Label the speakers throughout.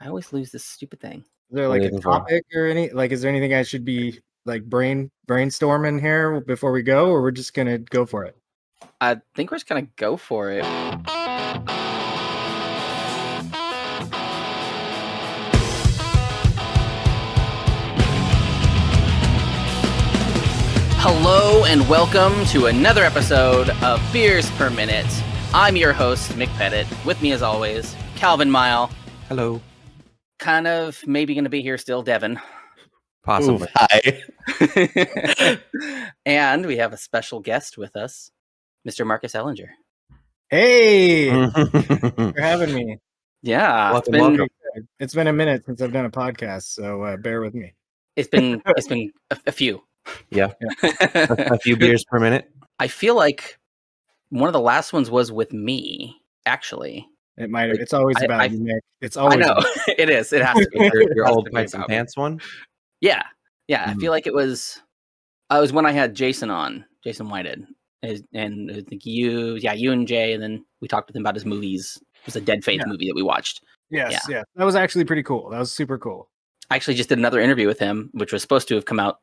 Speaker 1: I always lose this stupid thing.
Speaker 2: Is there
Speaker 3: What are
Speaker 2: like
Speaker 3: you
Speaker 2: a
Speaker 3: looking for?
Speaker 2: topic or any like is there anything I should be like brain brainstorming here before we go or we're just gonna go for it?
Speaker 1: I think we're just gonna go for it. Hello and welcome to another episode of Beers Per Minute. I'm your host, Mick Pettit. With me, as always, Calvin Mile.
Speaker 3: Hello.
Speaker 1: Kind of maybe going to be here still, Devin.
Speaker 3: Possibly.
Speaker 2: Oof.
Speaker 3: Hi.
Speaker 1: and we have a special guest with us, Mr. Marcus Ellinger. Mm.
Speaker 2: Hey
Speaker 3: welcome,
Speaker 2: for having me.
Speaker 1: Yeah, it's been-
Speaker 3: welcome.
Speaker 2: It's been a minute since I've done a podcast, so uh, bear with me.
Speaker 1: It's been it's been a, a few.
Speaker 3: Yeah. A few beers per minute.
Speaker 1: I feel like one of the last ones was with me, actually.
Speaker 2: It might have it's always
Speaker 1: I-
Speaker 2: about
Speaker 1: I-
Speaker 2: you, Nick. It's always
Speaker 1: I know
Speaker 2: about-
Speaker 1: it is. It has to be.
Speaker 3: Your, your
Speaker 1: Has
Speaker 3: old
Speaker 1: to be
Speaker 3: pipes and
Speaker 1: about-
Speaker 3: pants one.
Speaker 1: Yeah, yeah. I
Speaker 3: Mhm.
Speaker 1: feel like it was. I was when I had Jason on, Jason Whited, and, and uh, I think you, yeah, you and Jay, and then we talked with him about his movies. It was a Dead Faith
Speaker 2: Yeah.
Speaker 1: movie that we watched.
Speaker 2: Yes, yeah. That was actually pretty cool. That was super cool.
Speaker 1: I actually just did another interview with him, which was supposed to have come out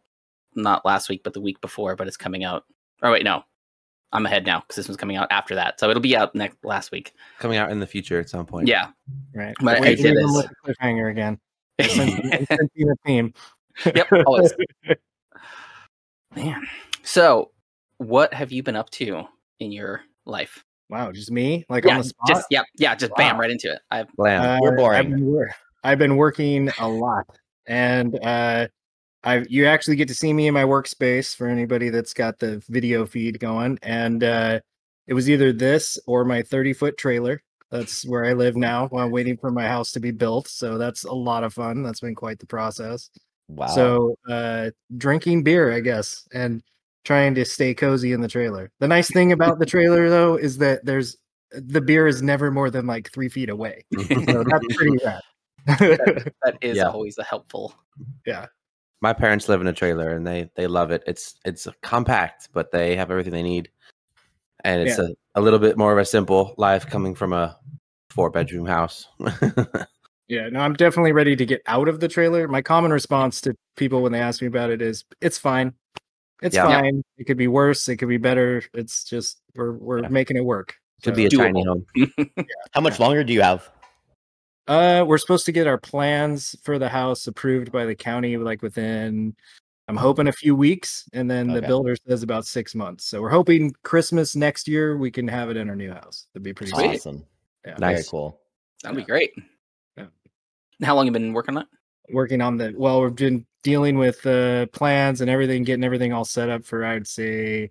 Speaker 1: not last week, but the week before, but it's coming out. Oh wait, no, I'm ahead now because this one's coming out after that, so it'll be out next last week.
Speaker 3: Coming out in the future at some point.
Speaker 1: Yeah.
Speaker 2: Right.
Speaker 1: But
Speaker 2: Way
Speaker 1: I
Speaker 2: to
Speaker 1: did
Speaker 2: leave them
Speaker 1: is-
Speaker 2: with the cliffhanger again. Since- since you're a theme.
Speaker 1: yep. Always. Man. So, what have you been up to in your life?
Speaker 2: Wow, just me? Like on
Speaker 1: Yeah,
Speaker 2: the spot?
Speaker 1: just yeah, yeah, just bam
Speaker 2: Wow.
Speaker 1: right into it. I
Speaker 3: Blam.
Speaker 2: Uh,
Speaker 3: We're
Speaker 2: I've
Speaker 3: boring.
Speaker 2: been, wor- I've been working a lot, and uh, I've you actually get to see me in my workspace for anybody that's got the video feed going. And uh, it was either this or my thirty foot trailer. That's where I live now while waiting for my house to be built. So that's a lot of fun. That's been quite the process.
Speaker 3: wow.
Speaker 2: So uh, drinking beer, I guess, and trying to stay cozy in the trailer. The nice thing about the trailer though is that there's the beer is never more than like three feet away. So that's pretty rad.
Speaker 1: that is
Speaker 3: Yeah.
Speaker 1: always a helpful.
Speaker 3: My parents live in a trailer and they they love it. It's it's compact, but they have everything they need, and it's a, a little bit more of a simple life coming from a four bedroom house.
Speaker 2: yeah, no, I'm definitely ready to get out of the trailer. My common response to people when they ask me about it is, "It's fine, it's
Speaker 3: Yeah. Yeah.
Speaker 2: fine. It could be worse, it could be better. It's just we're we're
Speaker 3: Yeah.
Speaker 2: making it work."
Speaker 3: Could be a
Speaker 2: So,
Speaker 3: tiny
Speaker 1: Doable.
Speaker 3: home.
Speaker 4: How much longer do you have?
Speaker 2: uh, we're supposed to get our plans for the house approved by the county, like within. I'm hoping a few weeks, and then the
Speaker 4: Okay.
Speaker 2: builder says about six months. So we're hoping Christmas next year we can have it in our new house. That'd be pretty
Speaker 1: Sweet.
Speaker 2: sweet.
Speaker 4: Awesome.
Speaker 2: Yeah.
Speaker 3: Nice.
Speaker 4: Very cool.
Speaker 1: That'd be great.
Speaker 2: Yeah.
Speaker 1: How long you been working on it?
Speaker 2: working on the well we've been dealing with uh, plans and everything getting everything all set up for i'd say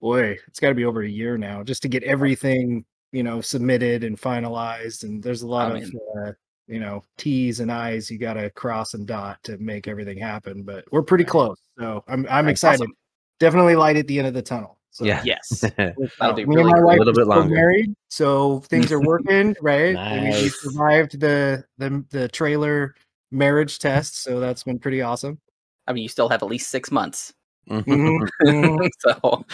Speaker 2: boy it's got to be over a year now just to get everything you know submitted and finalized and there's a lot
Speaker 1: I
Speaker 2: of
Speaker 1: mean-
Speaker 2: uh, you know t's and i's you got to cross and dot to make everything happen but we're pretty close so i'm, I'm
Speaker 3: That's
Speaker 2: excited definitely light at the end of the tunnel so
Speaker 3: Yeah.
Speaker 1: Yes.
Speaker 3: That'll
Speaker 2: with-
Speaker 1: That'll be
Speaker 2: me
Speaker 1: really
Speaker 2: and my
Speaker 1: cool.
Speaker 2: wife
Speaker 3: A little
Speaker 2: are
Speaker 3: bit
Speaker 2: still
Speaker 3: longer.
Speaker 2: married, so things are working, right? I mean, we
Speaker 4: Nice.
Speaker 2: survived the, the the trailer marriage test, so that's been pretty awesome.
Speaker 1: I mean, you still have at least six months.
Speaker 2: Mhm, mhm.
Speaker 1: so,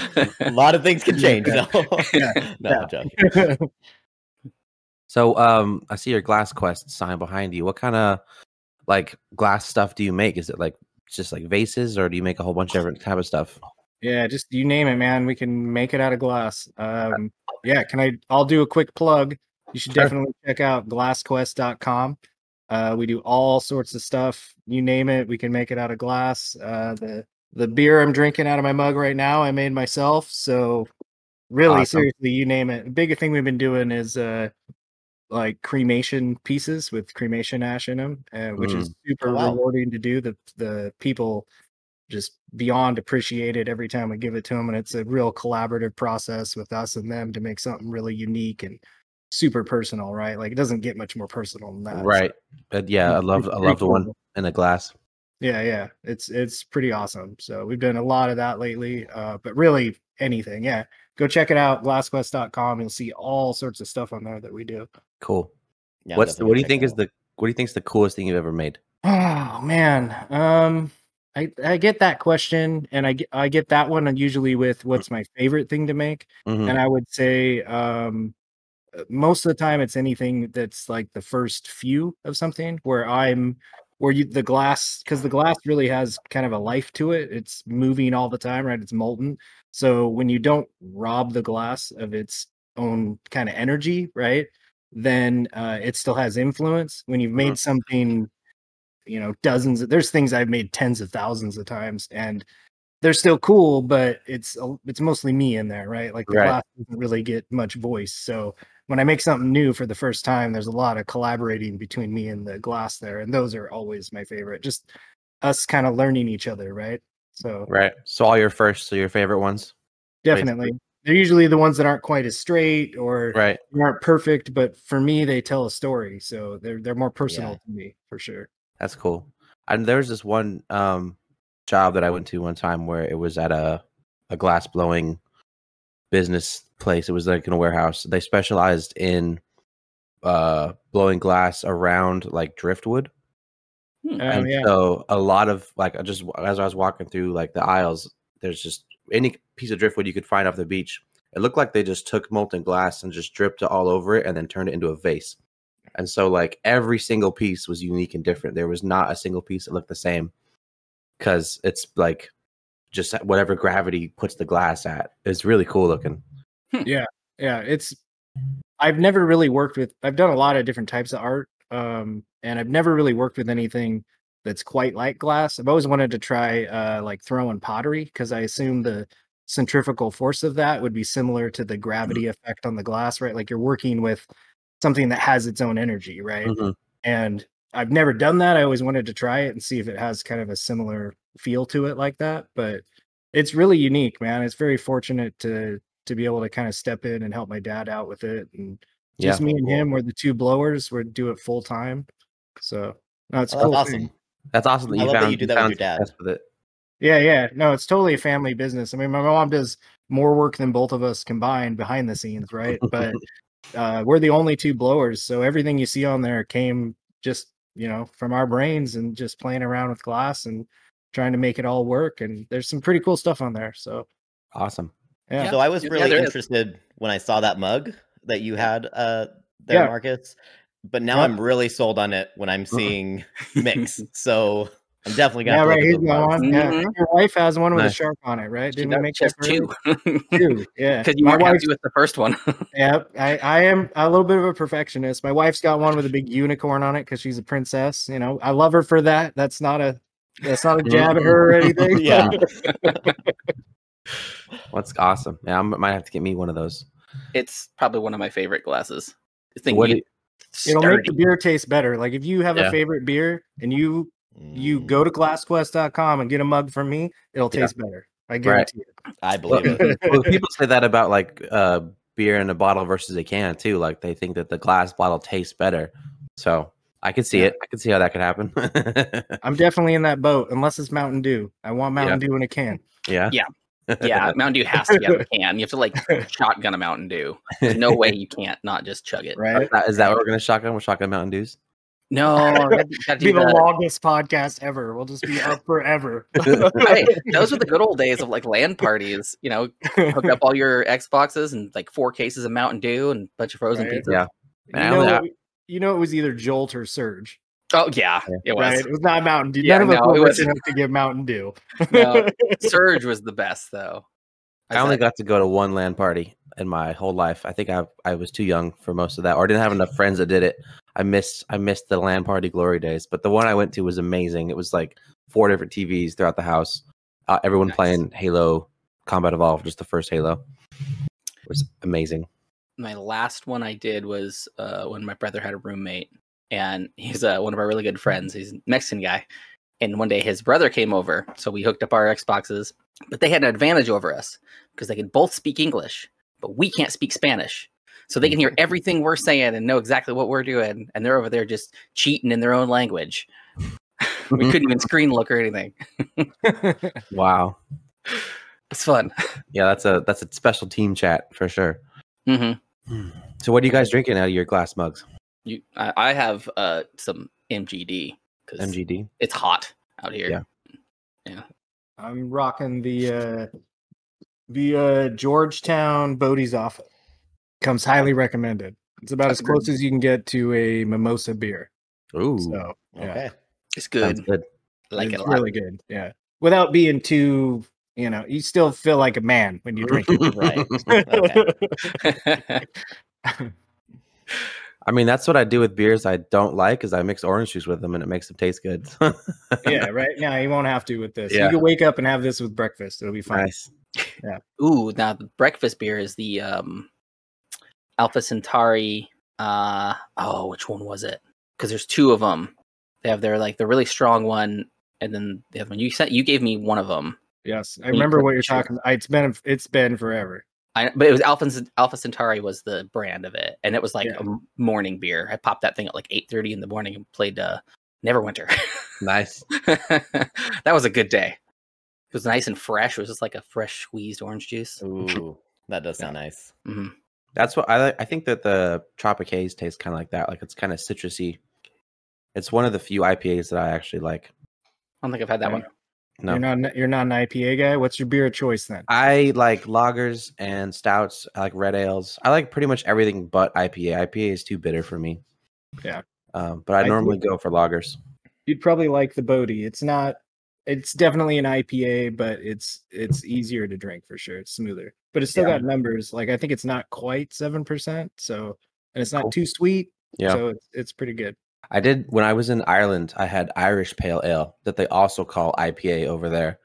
Speaker 4: A lot of things can change.
Speaker 2: Yeah.
Speaker 4: No,
Speaker 2: Yeah.
Speaker 4: no
Speaker 2: Yeah.
Speaker 4: I'm joking.
Speaker 3: So um I see your glass quest sign behind you. What kind of like glass stuff do you make? Is it like just like vases or do you make a whole bunch of different type of stuff?
Speaker 2: yeah, just you name it, man. We can make it out of glass. Um, yeah, can I? I'll do a quick plug. You should
Speaker 3: Sure.
Speaker 2: definitely check out glassquest.com. Uh, we do all sorts of stuff. You name it, we can make it out of glass. Uh, the the beer I'm drinking out of my mug right now, I made myself. So really,
Speaker 3: Awesome.
Speaker 2: seriously, you name it. The big thing we've been doing is uh, like cremation pieces with cremation ash in them, uh, which is super
Speaker 4: Oh, wow.
Speaker 2: rewarding to do. The the people just beyond appreciated every time we give it to them, and it's a real collaborative process with us and them to make something really unique and super personal, right? Like it doesn't get much more personal than that. so
Speaker 3: Right. But yeah, I
Speaker 2: it's-
Speaker 3: love
Speaker 2: it's
Speaker 3: I
Speaker 2: pretty
Speaker 3: love the one
Speaker 2: cool.
Speaker 3: in the glass.
Speaker 2: Yeah, yeah. It's it's pretty awesome. So we've done a lot of that lately. Uh, but really anything, yeah. Go check it out, glassquest.com. You'll see all sorts of stuff on there that we do.
Speaker 3: Cool.
Speaker 4: Yeah, I'm
Speaker 3: What's the,
Speaker 4: definitely
Speaker 3: what do you
Speaker 4: gonna
Speaker 3: think
Speaker 4: check
Speaker 3: is the what do you think is the coolest thing you've ever made?
Speaker 2: Oh man, um, I I get that question, and I get I get
Speaker 3: Mm-hmm.
Speaker 2: that one usually with what's my favorite thing to make,
Speaker 3: Mhm.
Speaker 2: and I would say um, uh, most of the time it's anything that's like the first few of something where I'm where you the glass because the glass really has kind of a life to it. It's moving all the time, right? It's molten. So when you don't rob the glass of its own kind of energy, right? Then uh, it still has influence. When you've
Speaker 3: Uh-huh.
Speaker 2: made something, you know, dozens. Of, there's things I've made tens of thousands of times, and they're still cool, but it's a- it's mostly me in there, right? Like the
Speaker 3: Right.
Speaker 2: glass doesn't really get much voice. So when I make something new for the first time, there's a lot of collaborating between me and the glass there, and those are always my favorite. Just us kind of learning each other, right? So
Speaker 3: Right. So all your firsts are your favorite ones.
Speaker 2: definitely, they're usually the ones that aren't quite as straight or
Speaker 3: Right.
Speaker 2: aren't perfect, but for me, they tell a story, so they're they're more personal to me for sure.
Speaker 3: That's cool. And there was this one um, job that I went to one time where it was at a a glass blowing business place. It was like in a warehouse. They specialized in uh, blowing glass around like driftwood.
Speaker 4: Oh,
Speaker 2: Um,
Speaker 3: and
Speaker 2: yeah,
Speaker 3: so a lot of like I just as I was walking through like the aisles, there's just any piece of driftwood you could find off the beach. It looked like they just took molten glass and just dripped it all over it and then turned it into a vase. And so like every single piece was unique and different. There was not a single piece that looked the same because it's like just whatever gravity puts the glass at. It's really cool looking.
Speaker 2: yeah, it's. I've never really worked with. I've done a lot of different types of art, um, and I've never really worked with anything that's quite like glass. I've always wanted to try uh, like throwing pottery because I assume the centrifugal force of that would be similar to the
Speaker 3: Mm-hmm.
Speaker 2: gravity effect on the glass, right? Like you're working with something that has its own energy, right? and I've never done that. I always wanted to try it and see if it has kind of a similar feel to it like that, but it's really unique, man. It's very fortunate to to be able to kind of step in and help my dad out with it and
Speaker 3: Yeah.
Speaker 2: just me and him were the two blowers, we're do it full time. So, no, it's a
Speaker 4: Oh,
Speaker 2: cool.
Speaker 4: that's
Speaker 2: thing.
Speaker 4: awesome.
Speaker 3: That's awesome that
Speaker 4: I
Speaker 3: you
Speaker 4: love that
Speaker 3: found
Speaker 4: you do that with
Speaker 3: found
Speaker 4: your dad.
Speaker 3: success with it.
Speaker 2: Yeah, yeah. No, it's totally a family business. I mean, my mom does more work than both of us combined behind the scenes, right? But uh, we're the only two blowers, so everything you see on there came just you know from our brains and just playing around with glass and trying to make it all work. And there's some pretty cool stuff on there. So
Speaker 3: Awesome.
Speaker 2: yeah,
Speaker 4: So I was
Speaker 1: Yeah,
Speaker 4: really
Speaker 1: there is.
Speaker 4: interested when I saw that mug that you had uh there,
Speaker 2: Yeah.
Speaker 4: Marcus. But now
Speaker 2: Yeah.
Speaker 4: I'm really sold on it when I'm seeing mix. So I'm definitely gonna
Speaker 2: yeah,
Speaker 4: have to
Speaker 2: right here's
Speaker 4: look at
Speaker 2: one.
Speaker 4: those mugs.
Speaker 2: Yeah,
Speaker 1: Mhm.
Speaker 2: your wife has one with a
Speaker 3: Nice.
Speaker 2: shark on it, right?
Speaker 1: She
Speaker 2: Didn't
Speaker 1: does
Speaker 2: we make
Speaker 1: just
Speaker 2: that for
Speaker 1: two
Speaker 2: you? Two, yeah.
Speaker 1: because you
Speaker 2: My
Speaker 1: weren't
Speaker 2: wife-
Speaker 1: happy with the first one.
Speaker 2: Yep, I, I am a little bit of a perfectionist. My wife's got one with a big unicorn on it because she's a princess. You know, I love her for that. That's not a that's not a
Speaker 3: Mm-hmm.
Speaker 2: jab at her or anything.
Speaker 4: Yeah.
Speaker 3: That's awesome. Yeah, I might have to get me one of those.
Speaker 1: it's probably one of my favorite glasses. This thing
Speaker 3: What
Speaker 1: you-
Speaker 3: do-
Speaker 2: it'll make the
Speaker 1: sturdy.
Speaker 2: beer taste better. Like if you have
Speaker 3: Yeah.
Speaker 2: a favorite beer and you you
Speaker 4: Mm,
Speaker 2: go to glassquest.com and get a mug from me, it'll
Speaker 3: Yeah.
Speaker 2: taste better. I
Speaker 3: Right.
Speaker 2: guarantee
Speaker 4: I
Speaker 3: Well,
Speaker 4: believe it.
Speaker 3: well, people say that about like uh, beer in a bottle versus a can too. Like they think that the glass bottle tastes better. So I could see
Speaker 2: Yeah.
Speaker 3: it. I could see how that could happen.
Speaker 2: it. I'm definitely in that boat unless it's Mountain Dew. I want
Speaker 3: Yeah.
Speaker 2: Mountain Dew in a can.
Speaker 3: yeah.
Speaker 1: Yeah. yeah, Mountain Dew has to be out of the can. You have to like shotgun a Mountain Dew. There's no way you can't not just chug it.
Speaker 2: Right?
Speaker 3: That- Is that what we're gonna shotgun? We're shotgun Mountain Dews.
Speaker 1: No, gotta do- gotta
Speaker 2: Be
Speaker 1: do
Speaker 2: the
Speaker 1: that.
Speaker 2: longest podcast ever. We'll just be up forever.
Speaker 1: Hey, those were the good old days of like land parties. You know, hook up all your Xboxes and like four cases of Mountain Dew and a bunch of frozen
Speaker 2: Right.
Speaker 1: pizza.
Speaker 3: Yeah.
Speaker 2: You
Speaker 3: Man, I only-
Speaker 2: know,
Speaker 3: I-
Speaker 2: you know, it was either Jolt or Surge,
Speaker 1: Oh yeah, it was.
Speaker 2: right? It was not Mountain Dew.
Speaker 1: Yeah,
Speaker 2: None of us
Speaker 1: no,
Speaker 2: were
Speaker 1: it
Speaker 2: rich
Speaker 1: wasn't.
Speaker 2: enough to get Mountain Dew.
Speaker 1: No, Surge was the best though.
Speaker 3: I only got to go to one land party in my whole life. I think I I was too young for most of that, or didn't have enough friends that did it. I missed I missed the land party glory days. But the one I went to was amazing. It was like four different TVs throughout the house. Uh, everyone
Speaker 1: Nice.
Speaker 3: playing Halo Combat Evolved, just the first Halo. It was amazing.
Speaker 1: my last one I did was uh, when my brother had a roommate, and he's uh, one of our really good friends. He's a Mexican guy, and one day his brother came over, so we hooked up our Xboxes. But they had an advantage over us because they could both speak English, but we can't speak Spanish, so they can hear everything we're saying and know exactly what we're doing. And they're over there just cheating in their own language. we couldn't even screen look or anything.
Speaker 3: Wow.
Speaker 1: It's fun.
Speaker 3: Yeah, that's a that's a special team chat for sure.
Speaker 1: hmm
Speaker 3: So what are you guys drinking out of your glass mugs?
Speaker 1: You, I, I have uh, some MGD because
Speaker 3: MGD.
Speaker 1: it's hot out here.
Speaker 3: Yeah.
Speaker 2: I'm rocking the uh, the uh, Georgetown Bodhisattva. Comes highly recommended. It's about as close as you can get to a mimosa beer.
Speaker 3: Ooh,
Speaker 2: So yeah.
Speaker 4: Okay.
Speaker 1: It's
Speaker 3: sounds
Speaker 1: good.
Speaker 3: good.
Speaker 1: I like it
Speaker 2: it's
Speaker 1: a lot.
Speaker 2: really good. Yeah. Without being too, you know, you still feel like a man when you drink it.
Speaker 4: Right. Okay.
Speaker 3: I mean, that's what I do with beers I don't like is I mix orange juice with them and it makes them taste good.
Speaker 2: yeah, right. Now you won't have to with this.
Speaker 3: Yeah.
Speaker 2: You can wake up and have this with breakfast. It'll be fine.
Speaker 3: nice.
Speaker 1: Ooh, now the breakfast beer is the um Alpha Centauri. Uh oh, which one was it? Because there's two of them. They have their like the really strong one, and then the other one. You sent you gave me one of them.
Speaker 2: Yes, I
Speaker 1: you
Speaker 2: remember
Speaker 1: put
Speaker 2: what
Speaker 1: the
Speaker 2: you're
Speaker 1: sugar.
Speaker 2: talking. It's been it's been forever.
Speaker 1: I, but it was Alpha Cent- Alpha Centauri was the brand of it, and it was like
Speaker 2: Yeah.
Speaker 1: a m- morning beer. I popped that thing at like eight thirty in the morning and played uh, Neverwinter.
Speaker 3: Nice.
Speaker 1: that was a good day. It was nice and fresh. It was just like a fresh squeezed orange juice.
Speaker 4: Ooh, that does sound nice.
Speaker 1: hmm
Speaker 3: That's what I like. I think that the Tropic Haze tastes kind of like that. Like it's kind of citrusy. It's one of the few IPAs that I actually like.
Speaker 1: I don't think I've had that
Speaker 2: Yeah.
Speaker 1: one.
Speaker 3: No,
Speaker 2: You're not you're not an IPA guy. What's your beer of choice then?
Speaker 3: I like lagers and stouts. I like red ales. I like pretty much everything but IPA. IPA is too bitter for me.
Speaker 2: Yeah.
Speaker 3: Um, but I,
Speaker 2: I
Speaker 3: normally go for lagers.
Speaker 2: You'd probably like the Bodhi. It's not. It's definitely an IPA, but it's it's easier to drink for sure. It's smoother, but it's still
Speaker 3: Yeah.
Speaker 2: got numbers. Like I think it's not quite seven percent. So and it's not
Speaker 3: Cool.
Speaker 2: too sweet.
Speaker 3: Yeah.
Speaker 2: So it's it's pretty good.
Speaker 3: I did when I was in Ireland, I had Irish pale ale that they also call IPA over there.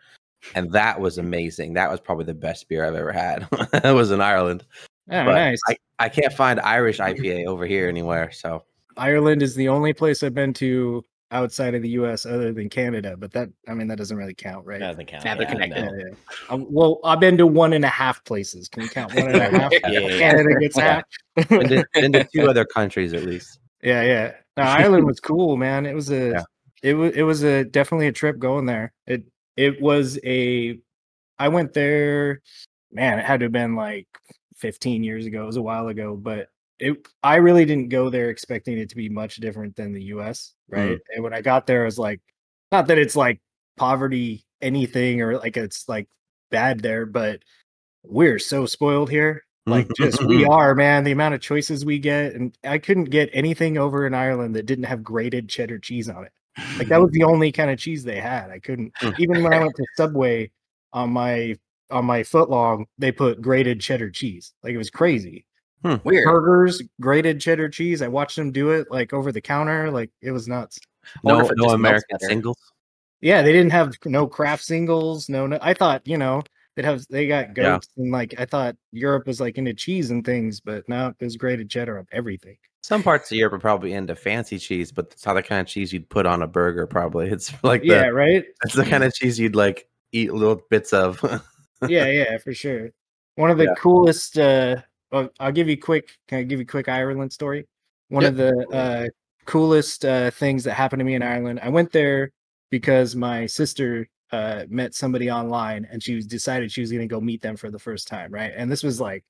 Speaker 3: And that was amazing. That was probably the best beer I've ever had. it was in Ireland.
Speaker 2: Oh,
Speaker 3: But
Speaker 2: nice.
Speaker 3: I, I can't find Irish IPA over here anywhere. So
Speaker 2: Ireland is the only place I've been to outside of the U.S. other than Canada, but that I mean that doesn't really count, right?
Speaker 4: That doesn't count.
Speaker 1: Yeah, they're connected.
Speaker 2: Yeah, yeah. Um, well, I've been to one and a half places. Can you count one and a half?
Speaker 4: Yeah, yeah, yeah.
Speaker 2: Canada gets half.
Speaker 3: been to, been to two other countries at least.
Speaker 2: yeah, yeah. No, Ireland was cool, man. It was a,
Speaker 3: Yeah.
Speaker 2: it was it was a definitely a trip going there. It it was a, I went there, man. It had to have been like 15 years ago. It was a while ago, but it I really didn't go there expecting it to be much different than the U.S. Right, and when I got there, I was like, not that it's like poverty anything or like it's like bad there, but we're so spoiled here like just we are man the amount of choices we get and i couldn't get anything over in ireland that didn't have grated cheddar cheese on it like that was the only kind of cheese they had i couldn't
Speaker 3: Mm.
Speaker 2: even when i went to subway on my on my foot long they put grated cheddar cheese like it was crazy
Speaker 1: Weird.
Speaker 2: burgers grated cheddar cheese i watched them do it like over the counter like it was nuts
Speaker 3: no,
Speaker 1: wonder if it
Speaker 3: no
Speaker 1: just melts
Speaker 3: American
Speaker 1: better.
Speaker 3: singles.
Speaker 2: yeah they didn't have no craft singles no no i thought you know they'd have they got
Speaker 3: Yeah.
Speaker 2: goats and like i thought europe was like into cheese and things but now it was grated cheddar on everything
Speaker 3: Some parts of Europe are probably into fancy cheese, but it's not the kind of cheese you'd put on a burger. Probably it's like the,
Speaker 2: yeah right
Speaker 3: it's the kind of cheese you'd like eat little bits of.
Speaker 2: yeah yeah for sure one of the
Speaker 3: Yeah.
Speaker 2: coolest uh I'll, I'll give you quick can i give you quick ireland story one of the uh coolest uh things that happened to me in ireland i went there because my sister uh met somebody online and she was decided she was going to go meet them for the first time right and this was like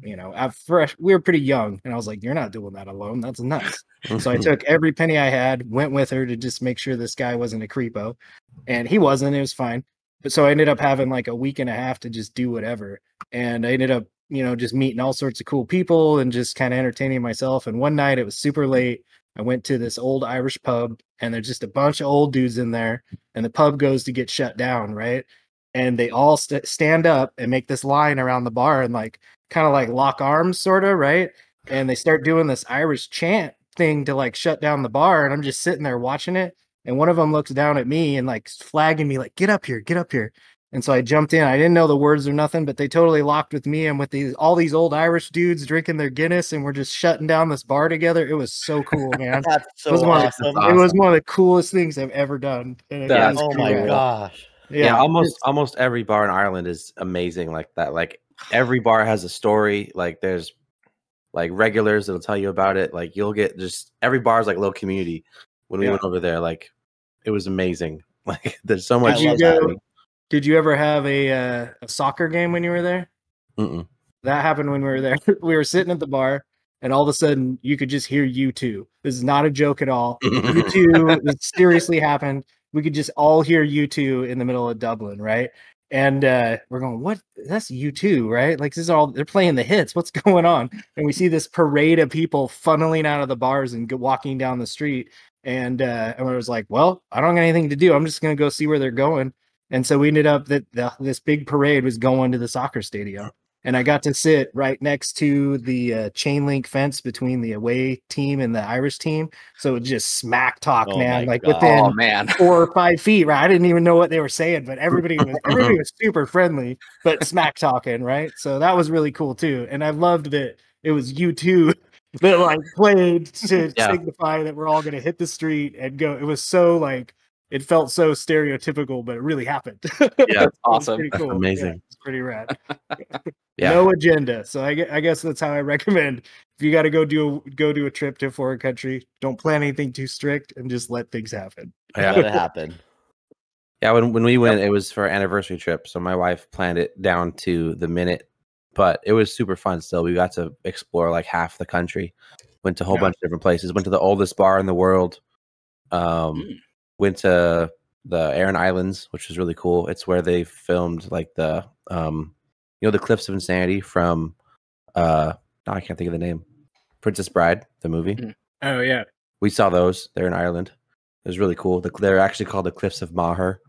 Speaker 2: you know at fresh we were pretty young and i was like you're not doing that alone that's nuts so I took every penny I had, went with her to just make sure this guy wasn't a creepo. And he wasn't, it was fine. But so I ended up having like a week and a half to just do whatever. And I ended up, you know, just meeting all sorts of cool people and just kind of entertaining myself. And one night it was super late. I went to this old Irish pub and there's just a bunch of old dudes in there. And the pub goes to get shut down, right? And they all st- stand up and make this line around the bar and like kind of like lock arms, sort of, right? and they start doing this Irish chant thing to like shut down the bar. And I'm just sitting there watching it. And one of them looks down at me and like flagging me, like, get up here, get up here. And so I jumped in. I didn't know the words or nothing, but they totally locked with me and with these all these old Irish dudes drinking their Guinness and we're just shutting down this bar together. It was so cool, man.
Speaker 4: That's so
Speaker 2: was one of-
Speaker 4: awesome.
Speaker 2: It was one of the coolest things I've ever done. And it
Speaker 3: That's
Speaker 2: was
Speaker 4: oh my
Speaker 2: cool.
Speaker 4: gosh.
Speaker 3: yeah,
Speaker 2: Yeah.
Speaker 3: almost almost every bar in Ireland is amazing like that. Like every bar has a story. Like there's like regulars that'll tell you about it. Like you'll get just every bar is like a little community. When we
Speaker 2: Yeah.
Speaker 3: went over there, like it was amazing. Like there's so
Speaker 4: I
Speaker 3: much.
Speaker 4: love
Speaker 2: that.
Speaker 3: happening.
Speaker 2: Did you ever have a, uh, a soccer game when you were there?
Speaker 3: Mm-mm.
Speaker 2: That happened when we were there. we were sitting at the bar, and all of a sudden, you could just hear you two. This is not a joke at all. You two, this seriously happened. We could just all hear you two in the middle of Dublin, right? and uh, we're going, what? That's you too, right? Like this is all they're playing the hits. What's going on? And we see this parade of people funneling out of the bars and go, walking down the street. And uh, and I was like, well, I don't got anything to do. I'm just gonna go see where they're going. And so we ended up that the, this big parade was going to the soccer stadium, and I got to sit right next to the uh, chain link fence between the away team and the Irish team. So it just smack talk,
Speaker 4: Oh
Speaker 2: man.
Speaker 4: my
Speaker 2: Like
Speaker 4: God.
Speaker 2: within
Speaker 1: oh man,
Speaker 2: four or five feet, right? I didn't even know what they were saying, but everybody was everybody was super friendly, but smack talking, right? So that was really cool too. And I loved that it was you two that like played to
Speaker 3: Yeah.
Speaker 2: signify that we're all gonna hit the street and go. It was so like it felt so stereotypical, but it really happened. yeah,
Speaker 3: that's
Speaker 1: awesome.
Speaker 2: Pretty
Speaker 3: That's
Speaker 2: cool.
Speaker 3: amazing.
Speaker 2: Yeah, it's pretty rad.
Speaker 3: Yeah.
Speaker 2: No agenda. So I, gue- I guess that's how I recommend if you got to go do a, go do a trip to a foreign country, don't plan anything too strict and just let things happen.
Speaker 3: Yeah.
Speaker 4: Let it happen.
Speaker 3: Yeah, when when we went, it was for our anniversary trip. So my wife planned it down to the minute, but it was super fun. Still, we got to explore like half the country. Went to a whole
Speaker 2: Yeah.
Speaker 3: bunch of different places. Went to the oldest bar in the world. Um,
Speaker 1: Mm.
Speaker 3: went to the Aran Islands, which was really cool. It's where they filmed like the um, you know, the Cliffs of Insanity from uh, now I can't think of the name, Princess Bride, the movie
Speaker 2: Oh yeah.
Speaker 3: we saw those. They're in Ireland. It was really cool. The, they're actually called the Cliffs of Maher.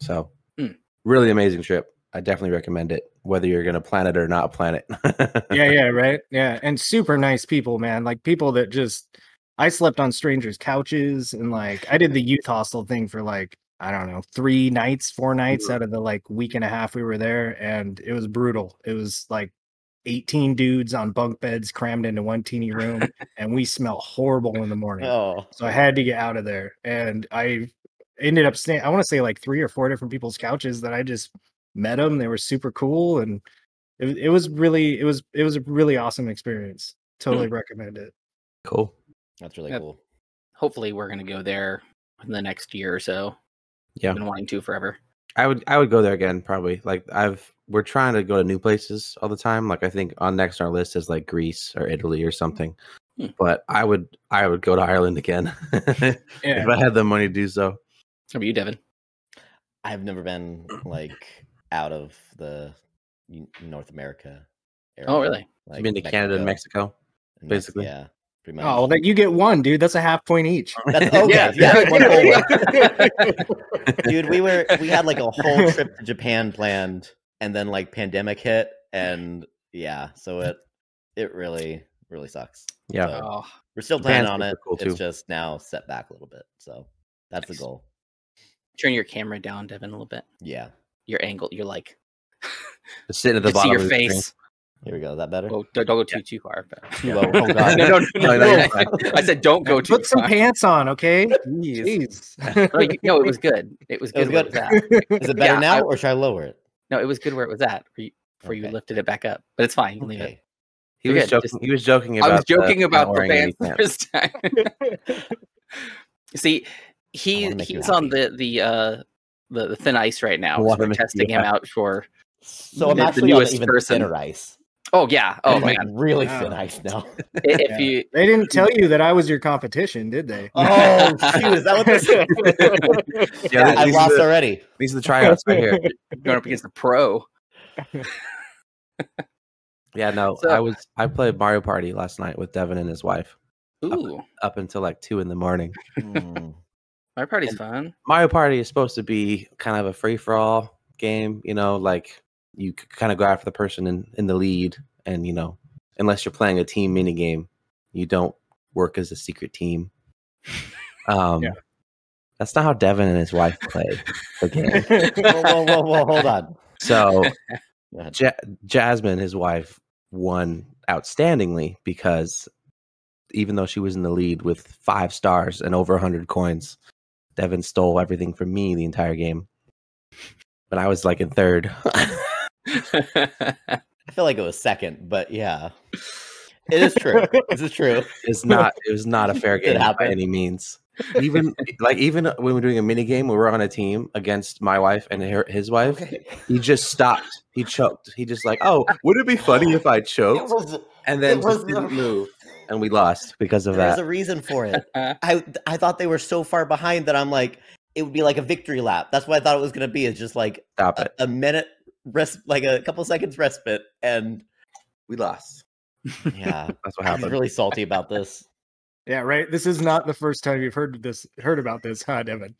Speaker 3: So,
Speaker 1: Hmm.
Speaker 3: really amazing trip. I definitely recommend it, whether you're going to plan it or not plan it.
Speaker 2: yeah, yeah, right. Yeah, and super nice people, man. Like people that just I slept on strangers' couches and like I did the youth hostel thing for like I don't know, 3 nights, 4 nights out of the like week and a half we were there and it was brutal. It was like 18 dudes on bunk beds crammed into one teeny room and we smell horrible in the morning.
Speaker 4: Oh,
Speaker 2: So I had to get out of there. And I ended up staying, I want to say like three or four different people's couches that I just met them. They were super cool. And it, was- it was really, it was, it was a really awesome experience. Totally
Speaker 4: Hmm.
Speaker 2: recommend it.
Speaker 3: cool.
Speaker 4: that's really
Speaker 1: Yep.
Speaker 4: cool.
Speaker 1: hopefully we're gonna go there in the next year or so.
Speaker 3: Yeah.
Speaker 1: been wanting to forever.
Speaker 3: I would I would go there again probably. Like I've we're trying to go to new places all the time. Like I think on next on our list is like Greece or Italy or something.
Speaker 1: Hmm.
Speaker 3: But I would I would go to Ireland again if
Speaker 2: Yeah.
Speaker 3: I had the money to do so.
Speaker 1: How about you, Devin?
Speaker 4: I've never been like out of the U- North America. Area.
Speaker 1: Oh, really?
Speaker 4: Like
Speaker 3: I've been to Canada and Mexico.
Speaker 4: and Mex-
Speaker 3: basically.
Speaker 4: Yeah, pretty much.
Speaker 2: Oh, well, that you get one, dude. That's a half point each.
Speaker 4: That's okay.
Speaker 1: Yeah,
Speaker 4: yeah,
Speaker 1: yeah.
Speaker 4: one whole one. dude. We were we had like a whole trip to Japan planned, and then like pandemic hit, and yeah, so it it really really sucks.
Speaker 3: Yeah.
Speaker 4: So,
Speaker 1: Oh,
Speaker 4: we're still
Speaker 3: Japan's
Speaker 4: planning on
Speaker 3: super
Speaker 4: it.
Speaker 3: cool,
Speaker 4: it's
Speaker 3: too.
Speaker 4: just now set back a little bit. So that's
Speaker 1: Nice.
Speaker 4: the goal.
Speaker 1: turn your camera down, Devin, a little bit.
Speaker 4: Yeah.
Speaker 1: Your angle, you're like
Speaker 3: Just sitting at the
Speaker 1: you see
Speaker 3: bottom
Speaker 1: your
Speaker 3: of the screen.
Speaker 1: face.
Speaker 4: Here we go. Is that better?
Speaker 1: Well, don't, don't go too too far. But...
Speaker 4: Too
Speaker 3: yeah.
Speaker 4: low. Oh god.
Speaker 1: no, no, no,
Speaker 3: No,
Speaker 1: no,
Speaker 3: no, you're
Speaker 1: I,
Speaker 3: fine.
Speaker 1: said- I said don't go too
Speaker 2: Put some
Speaker 1: far.
Speaker 2: pants on, okay?
Speaker 3: Jeez.
Speaker 2: Jeez.
Speaker 1: No, you- no, it was good. It was
Speaker 4: It was
Speaker 1: good. where
Speaker 4: good.
Speaker 1: it was at.
Speaker 4: Is it better
Speaker 1: Yeah,
Speaker 4: now
Speaker 1: I-
Speaker 4: or should I lower it?
Speaker 1: No, it was good where it was at. Where you, where you
Speaker 4: Okay.
Speaker 1: lifted it back up, but it's fine. You can leave it.
Speaker 4: Okay.
Speaker 3: He
Speaker 1: You're
Speaker 3: was
Speaker 1: good,
Speaker 3: joking.
Speaker 1: just-
Speaker 3: he was joking about.
Speaker 1: I was joking
Speaker 3: not
Speaker 1: about the
Speaker 3: wearing any
Speaker 1: band this time. See, he
Speaker 4: wanna make you
Speaker 1: he's on
Speaker 4: happy.
Speaker 1: the the uh the, the thin ice right now.
Speaker 3: I
Speaker 1: so
Speaker 3: wanna
Speaker 1: we're
Speaker 3: make you
Speaker 1: testing him out for.
Speaker 4: So I'm
Speaker 1: The- the
Speaker 4: actually on
Speaker 1: newest
Speaker 4: even
Speaker 1: person.
Speaker 4: thinner ice.
Speaker 1: Oh yeah. Oh
Speaker 4: I'm, like,
Speaker 1: man.
Speaker 4: really
Speaker 2: Wow.
Speaker 4: thin ice now.
Speaker 1: I- If
Speaker 2: Yeah.
Speaker 1: you
Speaker 2: They didn't tell you that I was your competition, did they?
Speaker 4: oh shoot, is that what this is?
Speaker 3: Yeah,
Speaker 4: I
Speaker 3: these,
Speaker 4: lost
Speaker 3: are the,
Speaker 4: already.
Speaker 3: these are the tryouts right here.
Speaker 1: going up against the pro,
Speaker 3: Yeah, no,
Speaker 1: So-
Speaker 3: I was I played Mario Party last night with Devin and his wife
Speaker 1: ooh,
Speaker 3: up until like two in the morning.
Speaker 4: Mm.
Speaker 1: my party's fun.
Speaker 3: Mario Party is supposed to be kind of a free for all game, you know, like you kind of go after the person in, in the lead, and you know, unless you're playing a team mini game, you don't work as a secret team. Um,
Speaker 2: Yeah.
Speaker 3: that's not how Devin and his wife played the game.
Speaker 4: whoa, whoa, whoa, whoa, hold on.
Speaker 3: So
Speaker 4: Go ahead.
Speaker 3: ja- Jasmine, his wife, won outstandingly because even though she was in the lead with five stars and over 100 coins, Devin stole everything from me the entire game. But I was like in third.
Speaker 4: I feel like it was second, but yeah. It is true. this is true.
Speaker 3: it's not. It was not a fair
Speaker 4: It
Speaker 3: game by
Speaker 4: happened.
Speaker 3: any means. Even like even when we were doing a mini game, we were on a team against my wife and her, his wife.
Speaker 4: Okay.
Speaker 3: He just stopped. He choked. He just like, oh, would it be funny if I
Speaker 4: It
Speaker 3: choked?
Speaker 4: was,
Speaker 3: And then
Speaker 4: it
Speaker 3: just
Speaker 4: was uh,
Speaker 3: didn't
Speaker 4: the-
Speaker 3: move, Uh-huh. and we lost because of
Speaker 4: there's
Speaker 3: that.
Speaker 4: a reason for it. I I thought they were so far behind that I'm like, it would be like a victory lap. That's what I thought it was going to be. It's just like
Speaker 3: Stop
Speaker 4: a,
Speaker 3: it.
Speaker 4: a minute rest, like a couple seconds respite, and
Speaker 3: We lost.
Speaker 4: yeah,
Speaker 3: That's what
Speaker 4: I was
Speaker 3: happened.
Speaker 4: really salty about this.
Speaker 2: Yeah, right. This is not the first time you've heard this heard about this, huh, Devin?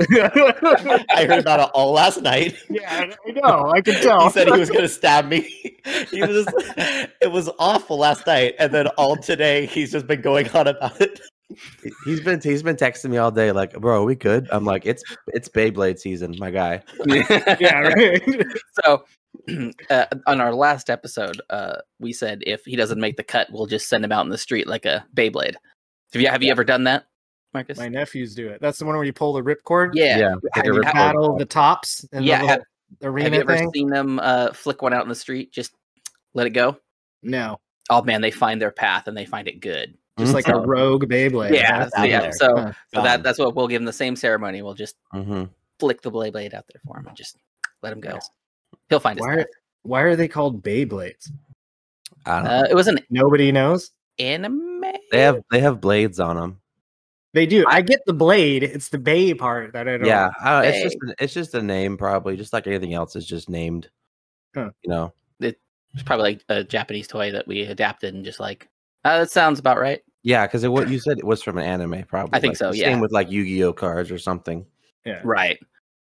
Speaker 4: I heard about it all last night.
Speaker 2: yeah, I, I know. I can tell.
Speaker 4: He said he was going to stab me. He was. it was awful last night, and then all today he's just been going on about it.
Speaker 3: He- He's been he's been texting me all day like, bro, are we good? I'm like, it's it's Beyblade season, my guy.
Speaker 2: yeah, right.
Speaker 1: so uh, on our last episode, uh, we said if he doesn't make the cut, we'll just send him out in the street like a Beyblade. Have you have you ever done that, Marcus?
Speaker 2: My nephews do it. That's the one where you pull the ripcord.
Speaker 1: yeah.
Speaker 2: And
Speaker 3: Like a
Speaker 2: you
Speaker 3: ripcord.
Speaker 2: paddle the tops and
Speaker 1: Yeah,
Speaker 2: the
Speaker 1: have-
Speaker 2: little arena
Speaker 1: Have you ever
Speaker 2: thing.
Speaker 1: seen them uh, flick one out in the street? Just let it go.
Speaker 2: No,
Speaker 1: Oh man, they find their path and they find it good.
Speaker 3: Mm-hmm.
Speaker 2: just like a
Speaker 1: So-
Speaker 2: rogue Beyblade.
Speaker 1: yeah,
Speaker 2: huh?
Speaker 1: so, yeah.
Speaker 4: there.
Speaker 1: So,
Speaker 2: Huh.
Speaker 1: so that
Speaker 4: Gone.
Speaker 1: that's what we'll give him the same ceremony. We'll just
Speaker 3: Mhm.
Speaker 1: flick the Beyblade out there for him and just let him go. He'll find his
Speaker 2: Why are,
Speaker 1: path.
Speaker 2: why are they called Beyblades?
Speaker 3: I don't know.
Speaker 1: Uh, it was an
Speaker 2: Nobody knows.
Speaker 1: anime.
Speaker 3: They have they have blades on them.
Speaker 2: They do. I get the blade. It's the bay part that I don't.
Speaker 3: Yeah, I don't- it's
Speaker 1: Hey.
Speaker 3: just an- it's just a name probably, just like anything else. It's just named.
Speaker 2: Huh.
Speaker 3: You know,
Speaker 1: It's probably like a Japanese toy that we adapted and just like uh, that sounds about right.
Speaker 3: yeah, because what you said it was from an anime, probably.
Speaker 1: think
Speaker 3: like,
Speaker 1: so,
Speaker 3: the
Speaker 1: yeah.
Speaker 3: same with like Yu-Gi-Oh cards or something.
Speaker 2: Yeah.
Speaker 1: Right.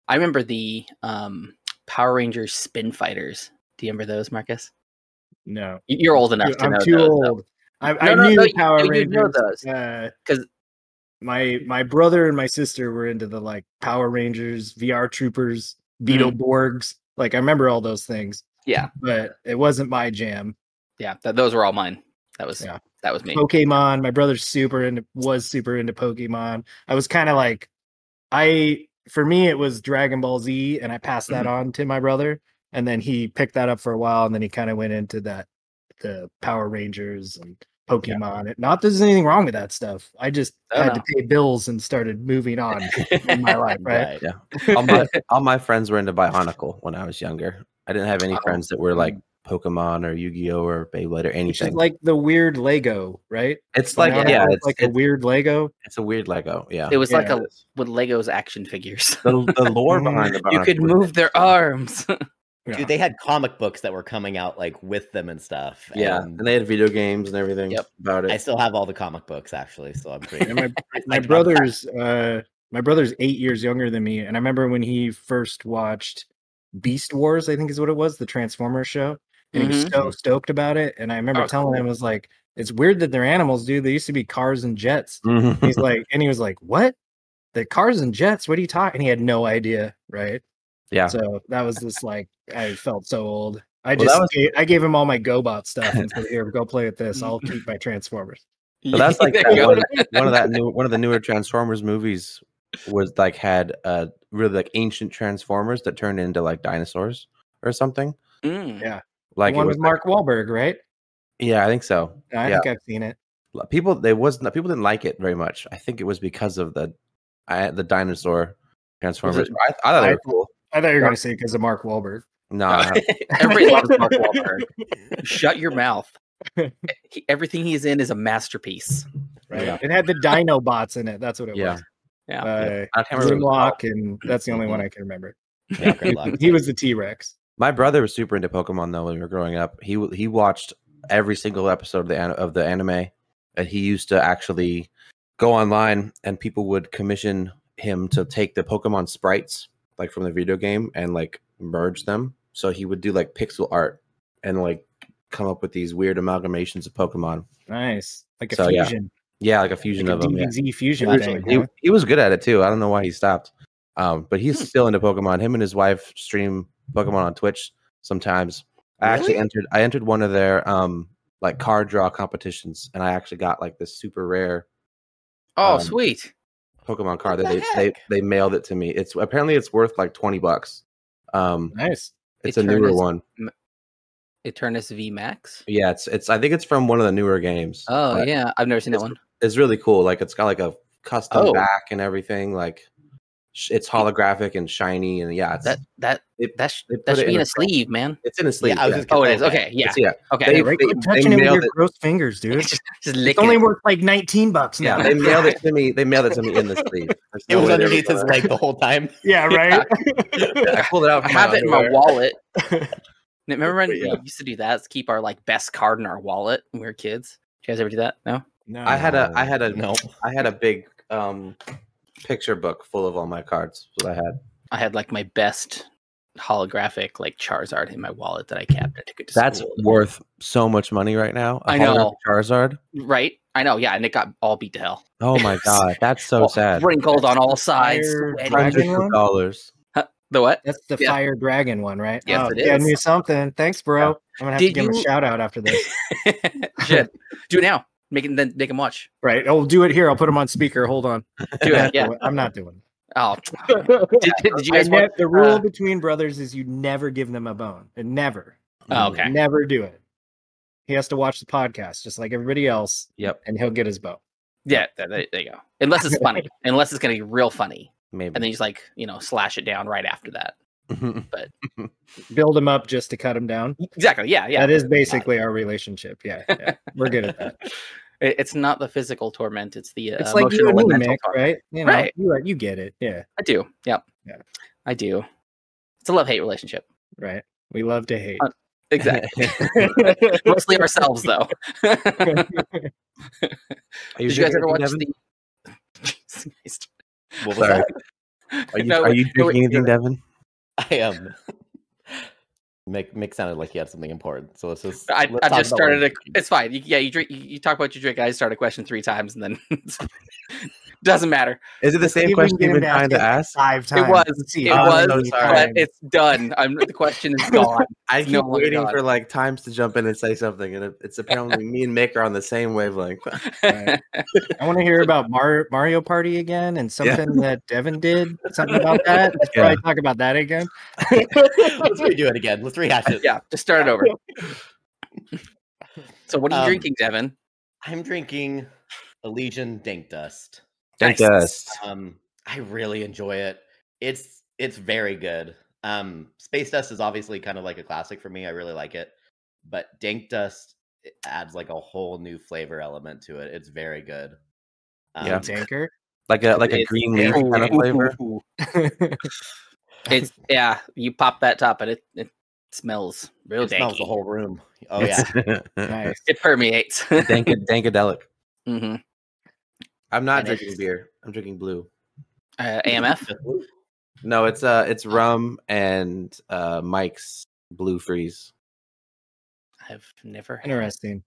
Speaker 1: I remember the um, Power Rangers Spin Fighters. Do you remember those, Marcus?
Speaker 2: No.
Speaker 1: Y- You're old enough
Speaker 2: Dude,
Speaker 1: to
Speaker 2: I'm
Speaker 1: know
Speaker 2: too
Speaker 1: those,
Speaker 2: old. I, I
Speaker 1: No, no,
Speaker 2: knew
Speaker 1: no, you-
Speaker 2: Power
Speaker 1: you
Speaker 2: Rangers.
Speaker 1: know those.
Speaker 2: uh,
Speaker 1: 'Cause-
Speaker 2: my my brother and my sister were into the like Power Rangers, VR Troopers, Beetleborgs. Like I remember all those things,
Speaker 1: Mm. Yeah,
Speaker 2: but it wasn't my jam.
Speaker 1: yeah. Th- those were all mine. That was
Speaker 2: Yeah.
Speaker 1: that was me.
Speaker 2: Pokemon. My brother's super into was super into Pokemon. I was kind of like, I for me it was Dragon Ball Z, and I passed that
Speaker 3: Mm-hmm.
Speaker 2: on to my brother, and then he picked that up for a while, and then he kind of went into that the Power Rangers and Pokemon. It- Not that there's anything wrong with that stuff. I just
Speaker 1: Oh,
Speaker 2: had
Speaker 1: no.
Speaker 2: to pay bills and started moving on in my life, right?
Speaker 4: Right.
Speaker 3: All my, all my friends were into Bionicle when I was younger. I didn't have any
Speaker 1: Oh.
Speaker 3: friends that were like Pokemon or Yu-Gi-Oh or Beyblade or
Speaker 2: Which is
Speaker 3: anything.
Speaker 2: like the weird Lego, right?
Speaker 3: it's like
Speaker 2: Now
Speaker 3: yeah,
Speaker 2: it's
Speaker 3: it's,
Speaker 2: like a
Speaker 3: it's,
Speaker 2: weird Lego.
Speaker 3: it's a weird Lego. Yeah,
Speaker 1: It was like
Speaker 2: Yeah.
Speaker 1: a with Legos action figures.
Speaker 3: the, the lore behind the
Speaker 1: you could
Speaker 3: Bionicle was-
Speaker 1: move their arms.
Speaker 2: Yeah.
Speaker 4: Dude, they had comic books that were coming out like with them and stuff.
Speaker 3: Yeah,
Speaker 4: and
Speaker 3: and they had video games and everything
Speaker 1: Yep.
Speaker 3: about
Speaker 4: I
Speaker 3: it.
Speaker 4: still have all the comic books actually, so I'm pretty.
Speaker 2: And my my
Speaker 4: Like, I'm-
Speaker 2: brother's uh my brother's eight years younger than me and i remember when he first watched beast wars i think is what it was the transformers show and he was
Speaker 3: Mm-hmm.
Speaker 1: Mhm.
Speaker 2: so stoked about it and i remember
Speaker 1: Oh,
Speaker 2: telling
Speaker 1: cool.
Speaker 2: him I was like it's weird that they're animals dude they used to be cars and jets
Speaker 3: Mhm.
Speaker 2: he's like and he was like what the cars and jets what are you talking and he had no idea right
Speaker 3: yeah,
Speaker 2: so that was just like i felt so old i
Speaker 3: Well, that
Speaker 2: just
Speaker 3: was-
Speaker 2: gave, i gave him all my gobot stuff and said here go play with this i'll keep my transformers
Speaker 3: But that's like
Speaker 1: There
Speaker 3: that
Speaker 1: you go.
Speaker 3: one, one of that new one of the newer Transformers movies was like had uh really like ancient Transformers that turned into like dinosaurs or something.
Speaker 1: Mm.
Speaker 3: Like
Speaker 2: the
Speaker 3: it
Speaker 2: one
Speaker 3: was
Speaker 2: with mark Wahlberg, right
Speaker 3: like- yeah, I think so.
Speaker 2: i
Speaker 3: yeah,
Speaker 2: think i've seen it
Speaker 3: L- people they wasn't people didn't like it very much. I think it was because of the I, the dinosaur Transformers. I, I thought they
Speaker 2: I-
Speaker 3: were cool.
Speaker 2: I thought you were
Speaker 3: Yeah.
Speaker 2: going to say because of Mark Wahlberg.
Speaker 3: No, I don't-
Speaker 1: Everybody loves Mark Wahlberg. Shut your mouth.
Speaker 3: E,
Speaker 1: He- everything he's in is a masterpiece.
Speaker 2: Right.
Speaker 3: Yeah.
Speaker 2: It had the Dino Bots in it. That's what it
Speaker 3: yeah,
Speaker 2: was.
Speaker 1: Yeah.
Speaker 2: Uh,
Speaker 3: I can't remember. Mm-hmm. what it was called.
Speaker 2: Grimlock, and that's the only one I can remember.
Speaker 4: yeah, good luck.
Speaker 2: He was the T Rex.
Speaker 3: My brother was super into Pokemon though when we were growing up. He w- he watched every single episode of the an- of the anime, and he used to actually go online and people would commission him to take the Pokemon sprites like from the video game and like merge them. So he would do like pixel art and like come up with these weird amalgamations of Pokemon.
Speaker 2: Nice. Like a
Speaker 3: So, yeah,
Speaker 2: fusion.
Speaker 3: Yeah, like a
Speaker 2: Like
Speaker 3: fusion
Speaker 2: a
Speaker 3: of them. yeah.
Speaker 2: DBZ fusion
Speaker 4: That's
Speaker 2: thing.
Speaker 4: what
Speaker 3: He,
Speaker 2: huh?
Speaker 3: he was good at it too. I don't know why he stopped. Um, but
Speaker 4: Hmm.
Speaker 3: he's still into Pokemon. Him and his wife stream Pokemon on Twitch sometimes. I actually
Speaker 4: Really?
Speaker 3: entered I entered one of their um like card draw competitions and I actually got like this super rare
Speaker 1: oh,
Speaker 3: um,
Speaker 1: sweet.
Speaker 3: Pokemon card
Speaker 4: What
Speaker 3: that
Speaker 4: the
Speaker 3: they, they
Speaker 4: heck?
Speaker 3: they mailed it to me. It's apparently it's worth like 20 bucks. Um
Speaker 2: Nice.
Speaker 3: it's
Speaker 1: It
Speaker 3: a newer
Speaker 1: turns-
Speaker 3: one.
Speaker 1: Eternus V Max.
Speaker 3: Yeah, it's it's I think it's from one of the newer games.
Speaker 1: Oh
Speaker 3: but
Speaker 1: yeah, I've never seen that one.
Speaker 3: It's really cool. Like it's got like a custom
Speaker 1: Oh.
Speaker 3: back and everything like sh- it's holographic and shiny, and yeah, it's,
Speaker 1: That that
Speaker 3: they-
Speaker 1: that sh-
Speaker 3: they put
Speaker 1: that
Speaker 3: it
Speaker 1: should be
Speaker 3: in
Speaker 1: in
Speaker 3: a
Speaker 1: a sleeve, man.
Speaker 3: it's in a sleeve.
Speaker 4: Yeah, I was
Speaker 3: yeah.
Speaker 4: just
Speaker 1: Oh, it
Speaker 4: gonna
Speaker 1: is.
Speaker 4: say,
Speaker 1: Okay, yeah,
Speaker 3: It's- yeah.
Speaker 1: okay.
Speaker 3: They-
Speaker 2: right? Quit
Speaker 3: they
Speaker 2: touching it with
Speaker 3: nailed
Speaker 2: your
Speaker 3: it.
Speaker 2: gross fingers, dude.
Speaker 1: just, just
Speaker 2: It's
Speaker 1: lick
Speaker 2: only
Speaker 1: it.
Speaker 2: worth like 19 bucks now.
Speaker 3: Yeah, they mailed it to me. They mailed it to me in the sleeve. There's
Speaker 4: It
Speaker 3: no
Speaker 4: was
Speaker 3: way they were
Speaker 4: underneath his
Speaker 3: gonna-
Speaker 4: leg the whole time.
Speaker 2: yeah, right.
Speaker 3: I pulled it out.
Speaker 1: I
Speaker 3: from
Speaker 1: have it in my
Speaker 3: underwear.
Speaker 1: wallet. Remember when
Speaker 2: But yeah.
Speaker 1: we used to do that? Let's keep our like best card in our wallet when we were kids. Did you guys ever do that? No.
Speaker 2: No.
Speaker 3: I had
Speaker 1: Oh,
Speaker 3: a I had a
Speaker 4: No,
Speaker 3: I had a big um picture book full of all my cards that I had.
Speaker 1: I had like my best holographic like Charizard in my wallet that I kept. I took it to school.
Speaker 3: worth so much money right now.
Speaker 1: I know.
Speaker 3: holographic Charizard.
Speaker 1: right. I know. Yeah, and it got all beat to hell.
Speaker 3: Oh my god, that's so
Speaker 1: All
Speaker 3: sad.
Speaker 1: Wrinkled on all sides.
Speaker 2: Fire
Speaker 1: sweaty.
Speaker 2: dragon
Speaker 3: Hundreds of
Speaker 2: one?
Speaker 3: dollars.
Speaker 1: The what?
Speaker 2: That's the
Speaker 1: Yeah.
Speaker 2: fire dragon one, right?
Speaker 1: Yes,
Speaker 2: oh,
Speaker 1: it
Speaker 2: Yeah, I
Speaker 1: is.
Speaker 2: knew something. Thanks, bro.
Speaker 3: Yeah.
Speaker 2: I'm gonna have
Speaker 1: Did
Speaker 2: to give him
Speaker 1: you-
Speaker 2: a shout out after this.
Speaker 1: Shit. Do it now. Make it then make him watch.
Speaker 2: right. Oh, do it here. I'll put him on speaker. Hold on.
Speaker 1: Do it. Yeah.
Speaker 2: I'm not doing.
Speaker 1: Oh.
Speaker 2: It.
Speaker 1: Did, did, did you guys
Speaker 2: I
Speaker 1: watch?
Speaker 2: ne- the rule
Speaker 1: uh,
Speaker 2: between brothers is you never give them a bone. And never.
Speaker 3: Mm-hmm.
Speaker 1: Oh, okay.
Speaker 2: Never do it. He has to watch the podcast just like everybody else,
Speaker 3: Yep,
Speaker 2: and he'll get his bone.
Speaker 1: Yeah. There, there- there you go. Unless it's funny. Unless it's gonna be real funny, and
Speaker 3: maybe.
Speaker 1: then you just like you know slash it down right after that.
Speaker 2: Build him up just to cut him down.
Speaker 1: Exactly. Yeah. Yeah.
Speaker 2: that is basically our relationship. Yeah, yeah. we're good at that.
Speaker 1: It- it's not the physical torment; it's the uh,
Speaker 2: It's like you
Speaker 1: emotional
Speaker 2: and me,
Speaker 1: and mental
Speaker 2: Mick,
Speaker 1: torment.
Speaker 2: right? You know,
Speaker 1: Right.
Speaker 2: You, you get it. Yeah,
Speaker 1: I do. Yep.
Speaker 2: Yeah.
Speaker 1: I do. It's a love hate relationship.
Speaker 2: right. We love to hate.
Speaker 1: Uh, Exactly. Mostly ourselves, though. Did
Speaker 3: Are
Speaker 1: you guys ever
Speaker 3: drinking,
Speaker 1: watch
Speaker 3: Devin?
Speaker 1: the? Jesus Christ.
Speaker 4: what was
Speaker 3: Sorry.
Speaker 1: that?
Speaker 3: Are you,
Speaker 1: No,
Speaker 3: are you
Speaker 1: no,
Speaker 3: drinking anything, Devin?
Speaker 4: that? I am. Mick, Mick sounded like he had something important, so let's just.
Speaker 1: I,
Speaker 4: let's
Speaker 1: I just
Speaker 4: talk about what
Speaker 1: started
Speaker 4: we're
Speaker 1: a.
Speaker 4: drinking.
Speaker 1: It's fine. You, yeah, you drink. You, you talk about your drink. I start a question three times, and then it's fine. doesn't matter.
Speaker 3: Is it the
Speaker 2: Let's see if
Speaker 3: same
Speaker 2: we
Speaker 3: question
Speaker 2: can
Speaker 3: you've
Speaker 2: get
Speaker 3: been
Speaker 2: him to
Speaker 3: trying to ask?
Speaker 2: Five times.
Speaker 1: It was.
Speaker 2: Let's see
Speaker 1: It
Speaker 3: Oh,
Speaker 2: how
Speaker 1: was.
Speaker 3: no,
Speaker 2: many
Speaker 3: sorry.
Speaker 1: But
Speaker 2: times.
Speaker 1: it's done. I'm. The question is gone.
Speaker 3: I
Speaker 1: It's
Speaker 3: keep
Speaker 1: no longer
Speaker 3: waiting
Speaker 1: on.
Speaker 3: for like times to jump in and say something, and it- it's apparently me and Mick are on the same wavelength.
Speaker 2: Right. I want to hear about Mar- Mario Party again and
Speaker 3: Yeah.
Speaker 2: something that Devin did. Something about that. Let's
Speaker 3: Yeah.
Speaker 2: probably talk about that again.
Speaker 4: let's redo it again. Let's rehash it.
Speaker 1: yeah, just start it over. so, what are you
Speaker 4: Um,
Speaker 1: drinking, Devin?
Speaker 4: I'm drinking Elysian Dank Dust.
Speaker 3: Thank
Speaker 1: Nice.
Speaker 3: us.
Speaker 4: Um, I really enjoy it. It's it's very good. Um, Space Dust is obviously kind of like a classic for me. I really like it, but Dank Dust it adds like a whole new flavor element to it. It's very good.
Speaker 2: Oh,
Speaker 4: Um,
Speaker 3: Yeah.
Speaker 2: Tanker.
Speaker 3: Like a like a
Speaker 1: It's-
Speaker 3: green leaf kind of
Speaker 1: Ooh.
Speaker 3: flavor.
Speaker 1: It's yeah. You pop that top, and it it smells real
Speaker 4: it smells the
Speaker 1: danky.
Speaker 4: whole room. Oh yeah,
Speaker 3: It's-
Speaker 2: nice.
Speaker 1: It permeates.
Speaker 3: Dank- dankadelic.
Speaker 1: Mhm.
Speaker 3: I'm not
Speaker 1: And it-
Speaker 3: drinking beer. I'm drinking blue.
Speaker 1: uh, AMF.
Speaker 3: No, it's uh, it's rum and uh, Mike's Blue Freeze.
Speaker 1: I've never had
Speaker 2: Interesting.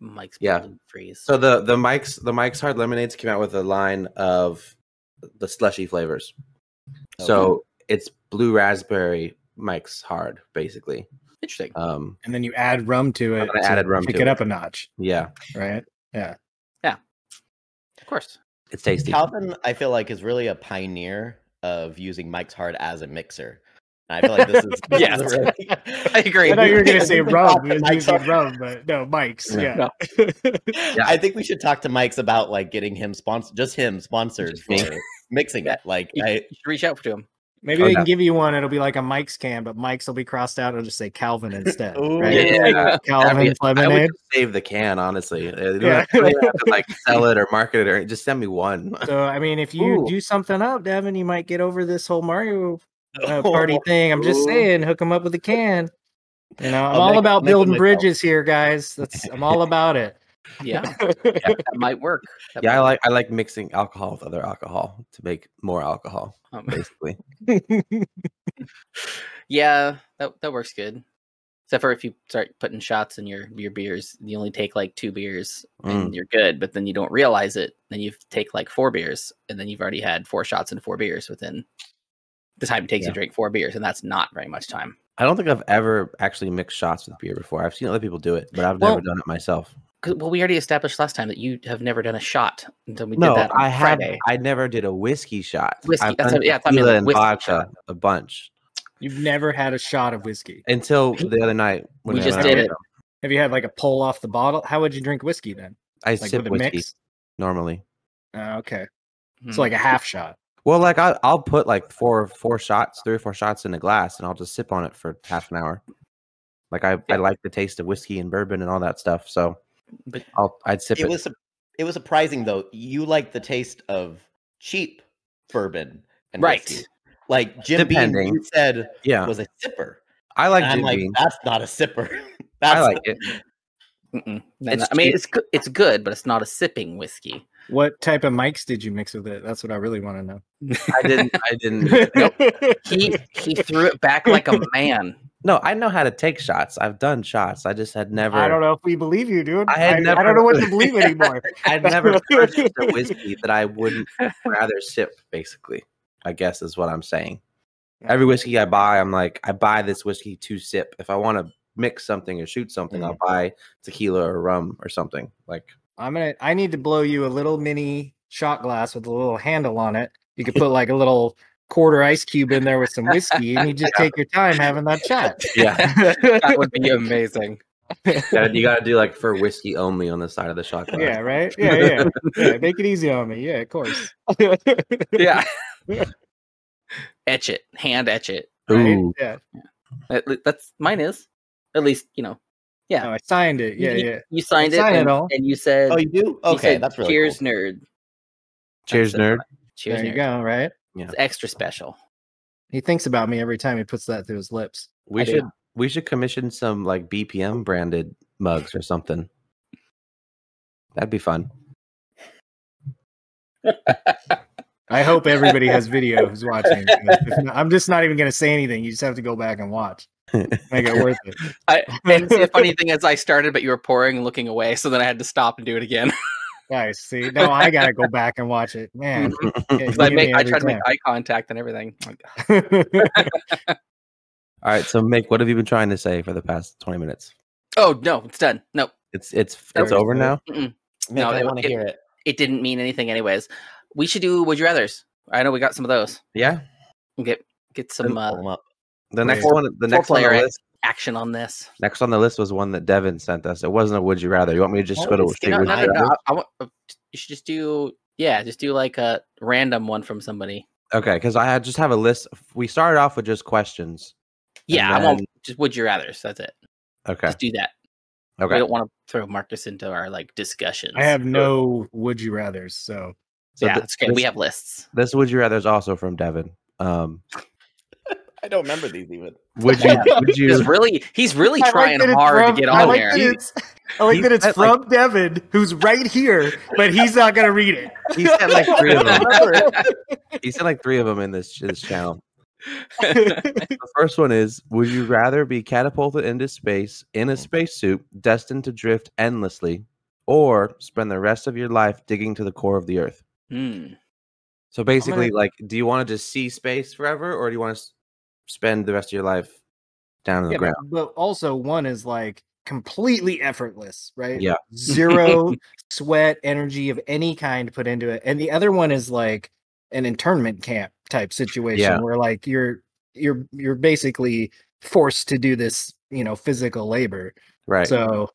Speaker 1: Mike's
Speaker 3: Yeah.
Speaker 1: Blue freeze.
Speaker 3: So the the Mike's the Mike's Hard Lemonades came out with a line of the slushy flavors.
Speaker 2: Oh,
Speaker 3: So it's blue raspberry Mike's Hard, basically.
Speaker 1: interesting.
Speaker 3: Um,
Speaker 2: And then you add rum to it.
Speaker 3: And I added rum
Speaker 2: Pick
Speaker 3: to
Speaker 2: it
Speaker 3: it.
Speaker 2: up a notch,
Speaker 3: yeah,
Speaker 2: right?
Speaker 1: Of course.
Speaker 3: it's tasty.
Speaker 4: Calvin, I feel like is really a pioneer of using Mike's Hard as a mixer. And I feel like this is this
Speaker 1: Yes.
Speaker 4: is really-
Speaker 1: I agree.
Speaker 2: I thought you were going to
Speaker 4: I
Speaker 2: say
Speaker 4: think we
Speaker 2: rum.
Speaker 4: thought
Speaker 2: You
Speaker 4: that Mike's
Speaker 2: said
Speaker 4: Hard-
Speaker 2: rum, but no, Mike's.
Speaker 3: No.
Speaker 2: Yeah.
Speaker 4: I think we should talk to Mike's about like getting him sponsored, just him sponsored
Speaker 3: Just
Speaker 4: for
Speaker 3: me.
Speaker 4: mixing it. Like,
Speaker 1: You,
Speaker 4: I,
Speaker 1: you should reach out to him.
Speaker 2: Maybe
Speaker 3: Oh,
Speaker 2: they
Speaker 3: no.
Speaker 2: can give you one. It'll be like a Mike's can, but Mike's will be crossed out. It'll just say Calvin instead.
Speaker 4: Ooh.
Speaker 2: right?
Speaker 3: Yeah. I mean,
Speaker 2: Calvin's
Speaker 3: I would
Speaker 2: lemonade.
Speaker 3: just save the can, honestly. Uh, You don't
Speaker 2: Yeah.
Speaker 3: have to, really have to, like sell it or market it, or just send me one.
Speaker 2: So I mean, if you
Speaker 1: Ooh.
Speaker 2: do something up, Devin, you might get over this whole Mario uh,
Speaker 4: Oh,
Speaker 2: party thing. I'm just
Speaker 4: Ooh.
Speaker 2: saying, hook them up with a can. You know, I'm
Speaker 4: I'll
Speaker 2: all
Speaker 4: make-
Speaker 2: about
Speaker 4: make it
Speaker 2: building
Speaker 4: myself.
Speaker 2: bridges here, guys. That's I'm all about it.
Speaker 1: Yeah, that might work. That
Speaker 3: Yeah,
Speaker 1: might
Speaker 3: I like I like mixing alcohol with other alcohol to make more alcohol,
Speaker 2: Oh,
Speaker 1: work. Um,
Speaker 3: basically.
Speaker 1: yeah, that that works good. Except for if you start putting shots in your your beers, you only take like two beers
Speaker 3: Mm.
Speaker 1: and you're good. But then you don't realize it. Then you take like four beers, and then you've already had four shots and four beers within the time it takes
Speaker 3: Yeah.
Speaker 1: to drink four beers, and that's not very much time.
Speaker 3: I don't think I've ever actually mixed shots with beer before. I've seen other people do it, but I've
Speaker 1: Well-
Speaker 3: never done it myself.
Speaker 1: 'Cause- Well, we already established last time that you have never done a shot until we
Speaker 3: No,
Speaker 1: did that. On
Speaker 3: I had
Speaker 1: Friday.
Speaker 3: I never did a whiskey shot.
Speaker 1: Whiskey,
Speaker 3: I've
Speaker 1: that's
Speaker 3: done
Speaker 1: what- yeah, I thought you
Speaker 3: tequila
Speaker 1: meant
Speaker 3: and
Speaker 1: whiskey
Speaker 3: vodka
Speaker 1: shot.
Speaker 3: a bunch
Speaker 2: You've never had a shot of whiskey.
Speaker 3: until the other night
Speaker 1: We
Speaker 3: I
Speaker 1: just
Speaker 3: went out
Speaker 1: did
Speaker 3: with
Speaker 1: it.
Speaker 3: them.
Speaker 2: Have you had like a pull off the bottle? How would you drink whiskey then?
Speaker 3: I
Speaker 2: Like
Speaker 3: sip
Speaker 2: with a
Speaker 3: whiskey
Speaker 2: mix?
Speaker 3: normally.
Speaker 2: Oh, okay,
Speaker 1: Hmm.
Speaker 2: so like a half shot.
Speaker 3: Well, like I, I'll put like four, four shots, three or four shots in a glass, and I'll just sip on it for half an hour. Like I, I like the taste of whiskey and bourbon and all that stuff. So,
Speaker 1: But-
Speaker 3: I'll, I'd sip it.
Speaker 4: It was su- it was surprising though. You like the taste of cheap bourbon, and
Speaker 1: Right.
Speaker 4: whiskey. Like Jim Beam
Speaker 3: Depending.
Speaker 4: you said
Speaker 3: yeah,
Speaker 4: was a sipper.
Speaker 3: I like
Speaker 4: And I'm
Speaker 3: Jim
Speaker 4: like,
Speaker 3: Beam.
Speaker 4: that's not a sipper. that's
Speaker 3: I like it.
Speaker 1: Mm-mm. No,
Speaker 3: It's
Speaker 1: no. I mean,
Speaker 3: cheap.
Speaker 1: it's go- it's good, but it's not a sipping whiskey.
Speaker 2: What type of mics did you mix with it? That's what I really want to know.
Speaker 3: I didn't. I didn't.
Speaker 1: Nope. He he threw it back like a man.
Speaker 3: No, I know how to take shots. I've done shots. I just had never.
Speaker 2: I don't know if we believe you, dude.
Speaker 3: I had
Speaker 2: I, I
Speaker 3: never-
Speaker 2: don't know what to believe anymore.
Speaker 3: I'd never purchased a whiskey that I wouldn't rather sip. Basically, I guess is what I'm saying. Every whiskey I buy, I'm like, I buy this whiskey to sip. If I want to mix something or shoot something, I'll buy tequila or rum or something. Like,
Speaker 2: I'm gonna. I need to blow you a little mini shot glass with a little handle on it. You could put like a little quarter ice cube in there with some whiskey, and you just take your time having that shot.
Speaker 3: yeah,
Speaker 1: That would be amazing.
Speaker 3: you got to do like for whiskey only on the side of the shot glass.
Speaker 2: Yeah, right. Yeah, yeah, yeah. Make it easy on me. Yeah, of course.
Speaker 1: Yeah. etch it, hand etch it.
Speaker 2: Right?
Speaker 3: Ooh,
Speaker 2: Yeah.
Speaker 1: At le- that's mine is. At least you know Yeah.
Speaker 2: Oh, I signed it.
Speaker 1: You-
Speaker 2: Yeah,
Speaker 1: you,
Speaker 2: yeah.
Speaker 1: You signed it,
Speaker 2: signed it
Speaker 1: and,
Speaker 2: all.
Speaker 1: and you said,
Speaker 4: Oh, you do?
Speaker 1: you
Speaker 4: Okay,
Speaker 1: said,
Speaker 4: that's really
Speaker 1: cheers,
Speaker 4: cool.
Speaker 1: nerd.
Speaker 3: cheers,
Speaker 1: That's it.
Speaker 3: nerd.
Speaker 1: Cheers,
Speaker 2: there you
Speaker 1: nerd.
Speaker 2: go. Right.
Speaker 1: It's extra special.
Speaker 2: He thinks about me every time he puts that through his lips.
Speaker 3: We
Speaker 1: I do.
Speaker 3: should we should commission some like BPM branded mugs or something. That'd be fun.
Speaker 2: I hope everybody has video who's watching. If not- I'm just not even going to say anything. You just have to go back and watch. Make it worth it.
Speaker 1: I, and see, the funny thing is, I started, but you were pouring and looking away, so then I had to stop and do it again
Speaker 2: Nice. See, now I got to go back and watch it. Man.
Speaker 1: because I Mm-hmm. make, I tried to make eye contact and everything. Oh
Speaker 2: make.
Speaker 3: All right, so Mick, what have you been trying to say for the past twenty minutes?
Speaker 1: Oh no, it's done. No,
Speaker 3: It's it's
Speaker 1: That
Speaker 3: it's over
Speaker 2: was
Speaker 3: now.
Speaker 4: Mick,
Speaker 1: No,
Speaker 4: I
Speaker 1: it-
Speaker 4: want
Speaker 1: it-
Speaker 4: to hear it.
Speaker 1: it didn't mean anything, anyways. We should do would you rather's. I know we got some of those.
Speaker 3: Yeah,
Speaker 1: Get get some
Speaker 4: Pull
Speaker 1: uh,
Speaker 4: 'em up.
Speaker 3: the next
Speaker 1: Four-
Speaker 3: one. The next one on
Speaker 1: player
Speaker 3: the
Speaker 1: act.
Speaker 3: list.
Speaker 1: action on this.
Speaker 3: Next on the list was one that Devin sent us. It wasn't a would you rather. You want me to just
Speaker 4: Oh,
Speaker 3: go to
Speaker 4: let's get
Speaker 3: say
Speaker 1: no,
Speaker 3: would
Speaker 1: no,
Speaker 3: you
Speaker 1: no, no,
Speaker 3: rather?
Speaker 1: I, I want, uh, you should just do yeah, just do like a random one from somebody.
Speaker 3: Okay, because I had- just have a list. We started off with just questions.
Speaker 1: Yeah, I
Speaker 3: then-
Speaker 1: won't. Just would you rather's. That's it.
Speaker 3: Okay,
Speaker 1: Just do that. We
Speaker 3: okay.
Speaker 1: don't want to throw Marcus into our like discussions.
Speaker 2: I have no would you rather's. So
Speaker 3: So
Speaker 1: yeah,
Speaker 3: th-
Speaker 1: that's okay.
Speaker 3: this,
Speaker 1: we have lists.
Speaker 3: this would you rather is also from Devin. Um,
Speaker 4: I don't remember these even.
Speaker 3: would you? would you?
Speaker 1: He's really he's really
Speaker 2: I like
Speaker 1: trying
Speaker 2: that it's
Speaker 1: hard
Speaker 2: from-
Speaker 1: to get
Speaker 2: I
Speaker 1: on
Speaker 2: like
Speaker 1: there.
Speaker 2: That it's, I like
Speaker 3: He
Speaker 2: that it's
Speaker 3: said, like-
Speaker 2: from Devin, who's right here, but he's not going to read it.
Speaker 3: He sent like three of them.
Speaker 2: Remember.
Speaker 3: He sent like three of them in this this channel. The first one is: Would you rather be catapulted into space in
Speaker 2: Mm.
Speaker 3: a spacesuit destined to drift endlessly, or spend the rest of your life digging to the core of the Earth?
Speaker 1: Hmm.
Speaker 3: So basically, like, do you want to just see space forever, or do you want to s- spend the rest of your life down in the
Speaker 2: Yeah,
Speaker 3: ground?
Speaker 2: but, but also one is like completely effortless, right?
Speaker 3: Yeah.
Speaker 2: Zero sweat, energy of any kind put into it. And the other one is like an internment camp type situation
Speaker 3: Yeah.
Speaker 2: where like you're you're you're basically forced to do this, you know, physical labor.
Speaker 3: Right.
Speaker 2: So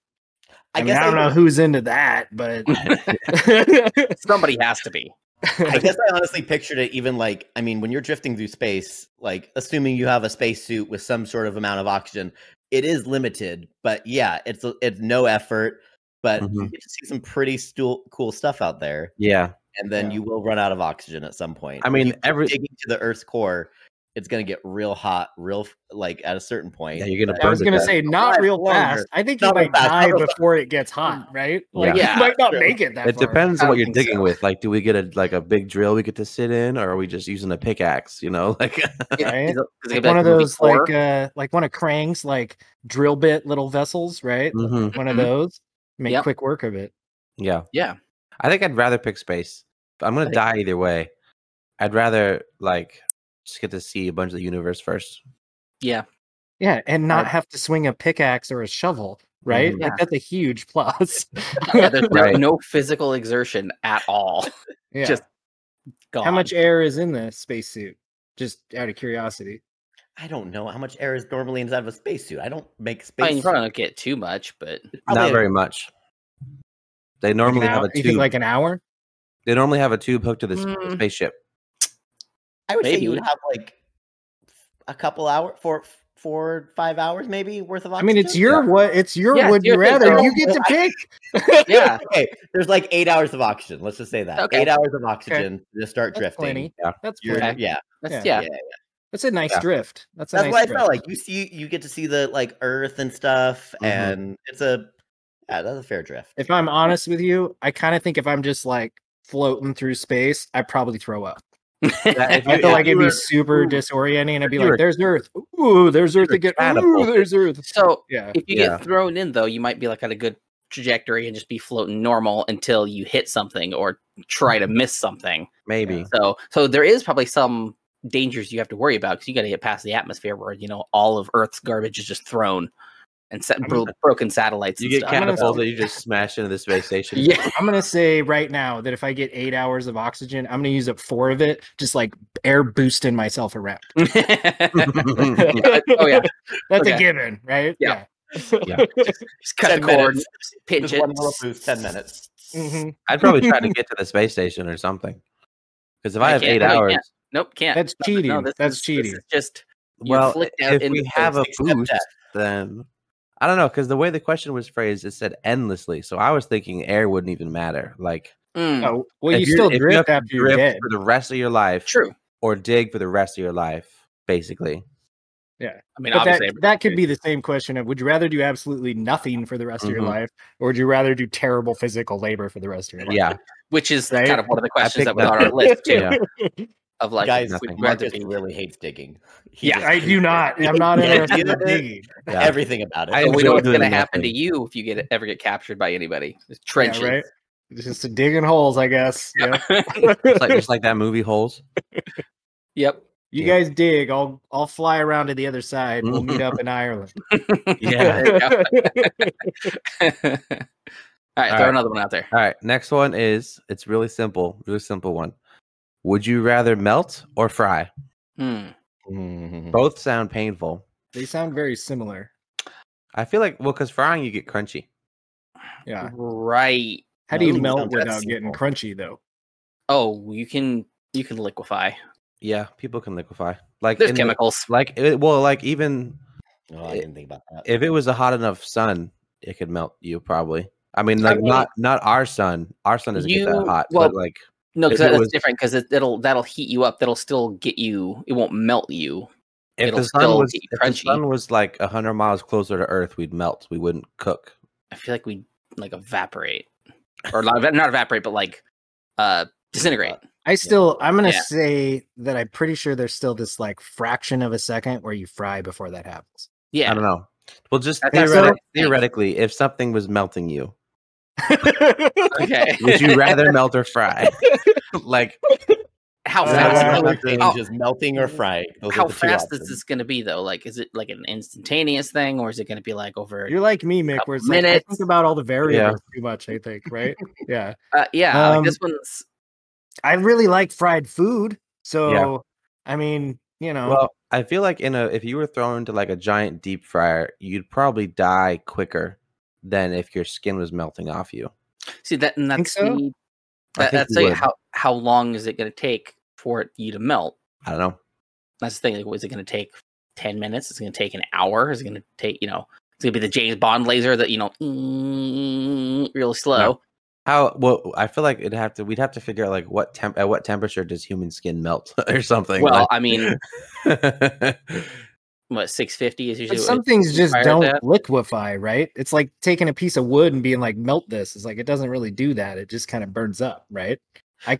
Speaker 2: I,
Speaker 4: I,
Speaker 2: mean,
Speaker 4: guess
Speaker 2: I don't know
Speaker 4: would-
Speaker 2: who's into that, but
Speaker 1: Somebody has to be.
Speaker 4: I guess I honestly pictured it even like I mean, when you're drifting through space, like assuming you have a spacesuit with some sort of amount of oxygen, it is limited. But yeah, it's a- it's no effort. But you
Speaker 3: Mhm.
Speaker 4: get to see some pretty stool, cool stuff out there,
Speaker 3: yeah.
Speaker 4: and then
Speaker 2: Yeah.
Speaker 4: you will run out of oxygen at some point.
Speaker 3: I
Speaker 4: If
Speaker 3: mean,
Speaker 4: you
Speaker 3: every
Speaker 4: digging to the Earth's core, it's gonna get real hot, real f- like at a certain point.
Speaker 3: yeah, you're gonna.
Speaker 2: I was
Speaker 3: burn to
Speaker 2: gonna
Speaker 3: death.
Speaker 2: say not
Speaker 4: Life
Speaker 2: real
Speaker 4: longer.
Speaker 2: fast. I think you
Speaker 4: Not real
Speaker 2: might
Speaker 4: fast, not
Speaker 2: die
Speaker 4: real fast.
Speaker 2: before it gets hot, right? Like
Speaker 1: Yeah.
Speaker 2: you might not
Speaker 4: True.
Speaker 2: make it that
Speaker 3: It
Speaker 2: far.
Speaker 3: depends
Speaker 1: I
Speaker 3: on what
Speaker 1: don't
Speaker 3: you're
Speaker 1: think
Speaker 3: digging
Speaker 1: so.
Speaker 3: with. Like, do we get a like a big drill we get to sit in, or are we just using a pickaxe? You know, like
Speaker 1: Is it-
Speaker 2: Right?
Speaker 1: is it gonna
Speaker 2: like
Speaker 1: be
Speaker 2: one
Speaker 1: like
Speaker 2: of
Speaker 1: the movie
Speaker 2: those like
Speaker 1: Thor?
Speaker 2: uh like one of Krang's like drill bit little vessels, right?
Speaker 3: Mhm.
Speaker 2: One of
Speaker 1: Mhm.
Speaker 2: those. Make
Speaker 1: Yep.
Speaker 2: quick work of it.
Speaker 3: yeah,
Speaker 1: yeah.
Speaker 3: I think I'd rather pick space. But I'm
Speaker 1: I
Speaker 3: gonna
Speaker 1: think-
Speaker 3: die either way. I'd rather like just get to see a bunch of the universe first.
Speaker 1: Yeah.
Speaker 2: Yeah, and not
Speaker 1: Right.
Speaker 2: have to swing a pickaxe or a shovel, right?
Speaker 3: Mhm.
Speaker 2: Like,
Speaker 1: Yeah.
Speaker 2: that's a huge plus.
Speaker 1: Mm-hmm. Yeah, there's no,
Speaker 3: Right.
Speaker 1: no physical exertion at all.
Speaker 2: Yeah.
Speaker 1: Just Gone.
Speaker 2: how much air is in the spacesuit? Just out of curiosity.
Speaker 4: I don't know how much air is normally inside of a spacesuit. I don't make space.
Speaker 1: I mean, you probably don't get too much, but
Speaker 4: Probably-
Speaker 3: Not very much. They normally
Speaker 2: An
Speaker 3: have
Speaker 2: hour-
Speaker 3: a
Speaker 2: you think
Speaker 3: tube.
Speaker 2: like an hour?
Speaker 3: they normally have a tube hooked to this
Speaker 1: Mm.
Speaker 3: spaceship.
Speaker 4: I would say you would
Speaker 1: Maybe.
Speaker 4: have like a couple hour, four, four, five hours maybe worth of.
Speaker 2: I mean, it's
Speaker 4: oxygen.
Speaker 2: your what? It's your
Speaker 1: Yeah,
Speaker 2: would
Speaker 1: it's
Speaker 2: you
Speaker 1: your thing,
Speaker 2: rather?
Speaker 1: girl.
Speaker 2: You get to pick.
Speaker 1: Yeah.
Speaker 4: okay. There's like eight hours of oxygen. Let's just say that
Speaker 1: Okay.
Speaker 4: eight hours of oxygen to just start
Speaker 2: That's
Speaker 4: drifting.
Speaker 2: plenty.
Speaker 3: Yeah.
Speaker 2: That's
Speaker 4: You're,
Speaker 2: plenty.
Speaker 4: Yeah,
Speaker 1: That's,
Speaker 2: Yeah.
Speaker 1: yeah.
Speaker 2: That's a nice
Speaker 3: Yeah.
Speaker 2: drift. That's a
Speaker 4: that's
Speaker 2: nice
Speaker 4: what I
Speaker 2: drift.
Speaker 4: felt like. You see, you get to see the like Earth and stuff,
Speaker 3: Mhm.
Speaker 4: and it's a yeah, that's a fair drift.
Speaker 2: Mm-hmm. If I'm honest with you, I kind of think if I'm just like floating through space, I probably throw up.
Speaker 3: Yeah, if
Speaker 2: I
Speaker 3: you-
Speaker 2: feel
Speaker 3: if
Speaker 2: like
Speaker 3: you
Speaker 2: it'd
Speaker 3: were-
Speaker 2: be super
Speaker 3: ooh,
Speaker 2: disorienting, and I'd be
Speaker 3: you
Speaker 2: like,
Speaker 3: were-
Speaker 2: "There's Earth. Ooh, there's Earth
Speaker 3: were
Speaker 2: again. Ooh,
Speaker 3: catapulted.
Speaker 2: there's Earth."
Speaker 1: So
Speaker 2: Yeah,
Speaker 1: if you
Speaker 3: Yeah.
Speaker 1: get thrown in though, you might be like on a good trajectory and just be floating normal until you hit something or try
Speaker 2: Mm-hmm.
Speaker 1: to miss something.
Speaker 3: maybe.
Speaker 1: So so there is probably some dangers you have to worry about because you got to get past the atmosphere where you know all of Earth's garbage is just thrown and set,
Speaker 3: I'm
Speaker 1: bro- broken satellites.
Speaker 3: You
Speaker 1: and
Speaker 3: get
Speaker 1: stuff.
Speaker 2: I'm gonna-
Speaker 3: catapulted, you just smash into the space station.
Speaker 1: yeah,
Speaker 2: I'm gonna say right now that if I get eight hours of oxygen, I'm gonna use up four of it, just like air boosting myself around.
Speaker 1: oh yeah,
Speaker 2: That's a
Speaker 1: Okay.
Speaker 2: given, right?
Speaker 1: Yeah.
Speaker 3: Yeah.
Speaker 1: just cut the
Speaker 4: 10
Speaker 1: cord,
Speaker 4: minutes.
Speaker 1: pitch
Speaker 4: Just
Speaker 1: it.
Speaker 4: one little boost, 10 minutes.
Speaker 2: Mhm.
Speaker 3: I'd probably try to get to the space station or something. Because if I,
Speaker 1: I
Speaker 3: have
Speaker 1: can't-
Speaker 3: eight
Speaker 1: no, you
Speaker 3: hours,
Speaker 1: can't. Nope, can't.
Speaker 2: That's
Speaker 1: No, no,
Speaker 2: cheating.
Speaker 1: this
Speaker 2: That's
Speaker 1: is- this
Speaker 2: cheating.
Speaker 1: is just You're
Speaker 3: well,
Speaker 1: flicked out
Speaker 3: if
Speaker 1: into
Speaker 3: we
Speaker 1: space,
Speaker 3: have a
Speaker 4: except
Speaker 3: boost,
Speaker 4: that.
Speaker 3: then I don't know. Because the way the question was phrased, it said endlessly. So I was thinking air wouldn't even matter. Like,
Speaker 1: mm,
Speaker 2: Oh, well,
Speaker 3: if
Speaker 2: you still
Speaker 3: you're- if you have
Speaker 2: drift
Speaker 3: to
Speaker 2: after you're
Speaker 3: drift
Speaker 2: dead.
Speaker 3: for the rest of your life,
Speaker 1: true.
Speaker 3: or dig for the rest of your life, basically.
Speaker 1: I mean,
Speaker 2: But that,
Speaker 1: obviously,
Speaker 2: that could be the same question of would you rather do absolutely nothing for the rest of your
Speaker 3: Mhm.
Speaker 2: life, or would you rather do terrible physical labor for the rest of your life?
Speaker 3: Yeah,
Speaker 1: which is
Speaker 2: Right?
Speaker 1: kind of one of the questions
Speaker 3: picked
Speaker 1: that was
Speaker 3: that
Speaker 1: on our list too,
Speaker 3: yeah.
Speaker 1: of like,
Speaker 4: Guys,
Speaker 1: would you
Speaker 3: nothing.
Speaker 1: rather
Speaker 4: Marcus
Speaker 1: be-
Speaker 4: really hates digging. He
Speaker 1: Yeah,
Speaker 4: just
Speaker 2: I
Speaker 4: hates
Speaker 2: do
Speaker 4: it.
Speaker 2: not. I'm not
Speaker 4: Yeah,
Speaker 2: interested
Speaker 4: you
Speaker 2: in
Speaker 4: did.
Speaker 2: digging.
Speaker 3: yeah.
Speaker 4: Everything about it.
Speaker 3: I
Speaker 1: But we know
Speaker 3: enjoy
Speaker 1: what's going to
Speaker 3: doing
Speaker 1: happen to
Speaker 3: nothing.
Speaker 1: you if you get ever get captured by anybody. It's trenches.
Speaker 2: right? Just digging holes, I guess. Yeah.
Speaker 3: It's like just like that movie holes.
Speaker 1: yep.
Speaker 2: You
Speaker 3: Yeah.
Speaker 2: guys dig. I'll I'll fly around to the other side. We'll meet up in Ireland.
Speaker 3: Yeah.
Speaker 1: All right, throw
Speaker 3: right.
Speaker 1: another one out there.
Speaker 3: All right. Next one is it's really simple, really simple one. Would you rather melt or fry?
Speaker 1: Hmm.
Speaker 4: Mhm.
Speaker 3: Both sound painful.
Speaker 2: they sound very similar.
Speaker 3: I feel like well, because frying you get crunchy. Uh.
Speaker 2: Yeah.
Speaker 1: Right.
Speaker 2: How do you
Speaker 4: Ooh,
Speaker 2: melt
Speaker 4: sounds
Speaker 2: without getting
Speaker 4: simple.
Speaker 2: crunchy though?
Speaker 1: Oh, you can you can liquefy.
Speaker 3: Yeah, people can liquefy. Like
Speaker 1: There's
Speaker 3: in the-
Speaker 1: chemicals.
Speaker 3: like it, well, like even
Speaker 4: Oh, I didn't think about that.
Speaker 3: if it was a hot enough sun, it could melt you probably. I mean,
Speaker 1: I
Speaker 3: like
Speaker 1: mean-
Speaker 3: not not our sun. Our sun doesn't get that
Speaker 1: You-
Speaker 3: hot.
Speaker 1: well,
Speaker 3: but like
Speaker 1: no, because
Speaker 3: if it
Speaker 1: that's
Speaker 3: was-
Speaker 1: different. Because it, it'll that'll heat you up. That'll still get you. It won't melt you.
Speaker 3: if
Speaker 1: it'll
Speaker 3: the sun
Speaker 1: still
Speaker 3: was
Speaker 1: be
Speaker 3: if the
Speaker 1: crunchy.
Speaker 3: sun was like hundred miles closer to Earth, we'd melt. We wouldn't cook.
Speaker 1: I feel like we like evaporate, or not, eva- not evaporate, but like uh disintegrate.
Speaker 2: I still I'm gonna
Speaker 1: Yeah.
Speaker 2: say that I'm pretty sure there's still this like fraction of a second where you fry before that happens.
Speaker 1: Yeah,
Speaker 3: I don't know. Well, just
Speaker 1: That's
Speaker 2: what I
Speaker 3: theoretic-
Speaker 1: think.
Speaker 3: theoretically, if something was melting you,
Speaker 1: okay.
Speaker 3: would you rather melt or fry? like,
Speaker 1: how
Speaker 2: Uh,
Speaker 1: fast?
Speaker 2: I
Speaker 4: That's another
Speaker 2: like
Speaker 4: thing,
Speaker 1: how-
Speaker 4: just melting or frying. Those are
Speaker 1: how
Speaker 4: the two
Speaker 1: fast is
Speaker 4: options.
Speaker 1: this going to be though? Like, is it like an instantaneous thing, or is it going to be like over?
Speaker 2: You're like me, Mick,
Speaker 1: Couple
Speaker 2: where it's like, I think
Speaker 1: minutes.
Speaker 2: about all the variables too much, I think, right? yeah.
Speaker 1: Uh, yeah, like
Speaker 2: Um,
Speaker 1: this one's
Speaker 2: I really like fried food. So I mean, you know,
Speaker 3: well, I feel like in a if you were thrown into like a giant deep fryer, you'd probably die quicker than if your skin was melting off you.
Speaker 1: see that, and
Speaker 2: think
Speaker 1: that's
Speaker 2: so?
Speaker 1: the,
Speaker 3: I
Speaker 1: that,
Speaker 3: think
Speaker 1: that's
Speaker 3: you
Speaker 1: like
Speaker 3: would.
Speaker 1: how how long is it going to take for it, you to melt?
Speaker 3: I don't know.
Speaker 1: That's the thing. Like, what is it going to take? Ten minutes? Is it going to take an hour? Is it going to take you know? It's going to be the James Bond laser that you know, mm, real slow.
Speaker 3: How well I feel like it'd have to we'd have to figure out like what temp at what temperature does human skin melt or something.
Speaker 1: Well,
Speaker 3: like-
Speaker 1: I mean, what six fifty is usually
Speaker 2: but
Speaker 1: what
Speaker 2: some
Speaker 1: it-
Speaker 2: things just
Speaker 1: fire
Speaker 2: don't
Speaker 1: that.
Speaker 2: liquefy, right? It's like taking a piece of wood and being like, melt this. It's like it doesn't really do that. It just kind of burns up, right?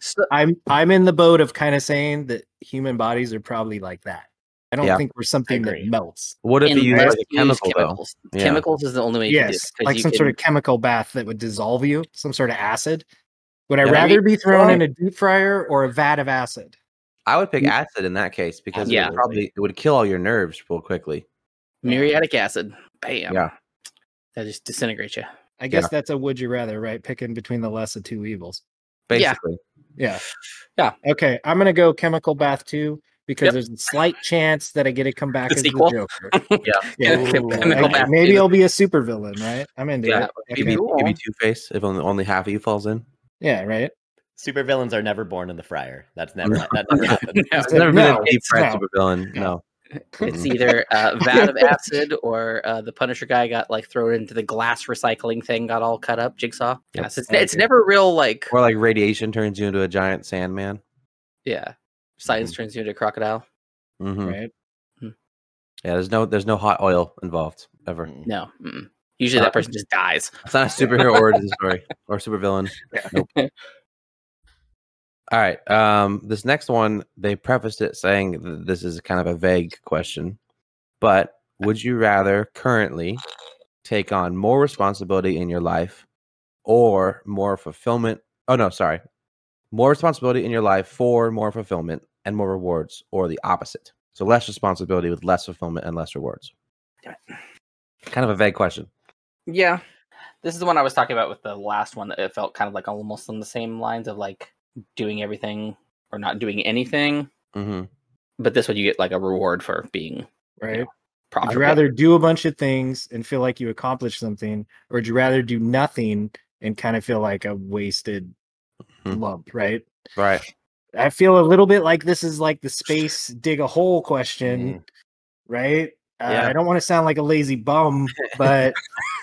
Speaker 1: So-
Speaker 2: I'm I'm in the boat of kind of saying that human bodies are probably like that. I don't
Speaker 3: Yeah.
Speaker 2: think we're something that
Speaker 4: agree.
Speaker 2: melts.
Speaker 3: what if you use
Speaker 1: unless
Speaker 3: like, a
Speaker 1: you use
Speaker 3: chemical though?
Speaker 1: chemicals.
Speaker 3: Yeah.
Speaker 1: Chemicals is the only way. You can do
Speaker 2: Yes,
Speaker 1: it, 'cause
Speaker 2: like
Speaker 1: you
Speaker 2: some sort
Speaker 1: can-
Speaker 2: of chemical bath that would dissolve you, some sort of acid. Would I
Speaker 3: Yeah.
Speaker 2: rather be thrown
Speaker 3: Well-
Speaker 2: in a deep fryer or a vat of acid?
Speaker 3: I would pick
Speaker 2: Mm.
Speaker 3: acid in that case because it
Speaker 1: Yeah.
Speaker 3: would probably it would kill all your nerves real quickly.
Speaker 1: muriatic acid. Bam.
Speaker 3: Yeah.
Speaker 1: That just disintegrates you.
Speaker 2: I guess that's a would you rather, right? Picking between the less of two evils.
Speaker 1: Yeah.
Speaker 3: Basically.
Speaker 2: Yeah.
Speaker 1: Yeah.
Speaker 2: Okay. I'm gonna go chemical bath two because
Speaker 1: Yep.
Speaker 2: there's a slight chance that I get to come back
Speaker 1: The
Speaker 2: as
Speaker 1: sequel.
Speaker 2: the Joker.
Speaker 1: Chem-
Speaker 2: Yeah.
Speaker 1: chem-
Speaker 4: Ooh,
Speaker 1: chemical
Speaker 2: Like,
Speaker 1: bath
Speaker 2: maybe
Speaker 1: too.
Speaker 2: I'll be a supervillain, right? I'm into
Speaker 3: Yeah,
Speaker 2: it.
Speaker 1: Maybe
Speaker 2: Okay.
Speaker 1: cool.
Speaker 3: Maybe Two Face if only, only half of you falls in.
Speaker 2: Yeah, right.
Speaker 4: Supervillains are never born in the fryer. That's never that never happens.
Speaker 1: No,
Speaker 3: I've never been
Speaker 2: No,
Speaker 3: a deep
Speaker 2: it's
Speaker 3: fried
Speaker 2: not.
Speaker 3: supervillain. No.
Speaker 1: it's either a vat of acid or uh, the Punisher guy got like thrown into the glass recycling thing, got all cut up, jigsaw.
Speaker 3: Yep.
Speaker 1: Yes, it's, it's
Speaker 2: Okay.
Speaker 1: never real like
Speaker 3: Or like radiation turns you into a giant sandman.
Speaker 1: yeah, science turns you into a crocodile.
Speaker 3: hmm
Speaker 2: right?
Speaker 3: Yeah, there's no there's no hot oil involved ever.
Speaker 4: Mm.
Speaker 1: No, mm. usually that
Speaker 3: Uh,
Speaker 1: person just dies.
Speaker 3: It's not a superhero origin story or supervillain. Nope. All right. Um, this next one, they prefaced it saying th- this is kind of a vague question, but would you rather currently take on more responsibility in your life or more fulfillment? Oh, no, sorry. More responsibility in your life for more fulfillment and more rewards, or the opposite. So less responsibility with less fulfillment and less rewards.
Speaker 1: Damn
Speaker 3: Kind of a vague question.
Speaker 1: Yeah, this is the one I was talking about with the last one. That it felt kind of like almost on the same lines of like doing everything or not doing anything.
Speaker 3: Mm-hmm.
Speaker 1: But this one you get like a reward for being
Speaker 2: Right. Would you
Speaker 1: profitable.
Speaker 2: rather do a bunch of things and feel like you accomplished something, or would you rather do nothing and kind of feel like a wasted
Speaker 3: Mhm.
Speaker 2: lump, right?
Speaker 3: Right.
Speaker 2: I feel a little bit like this is like the space dig a hole question, right? Uh,
Speaker 3: Mm-hmm. Yeah.
Speaker 2: I don't want to sound like a lazy bum, but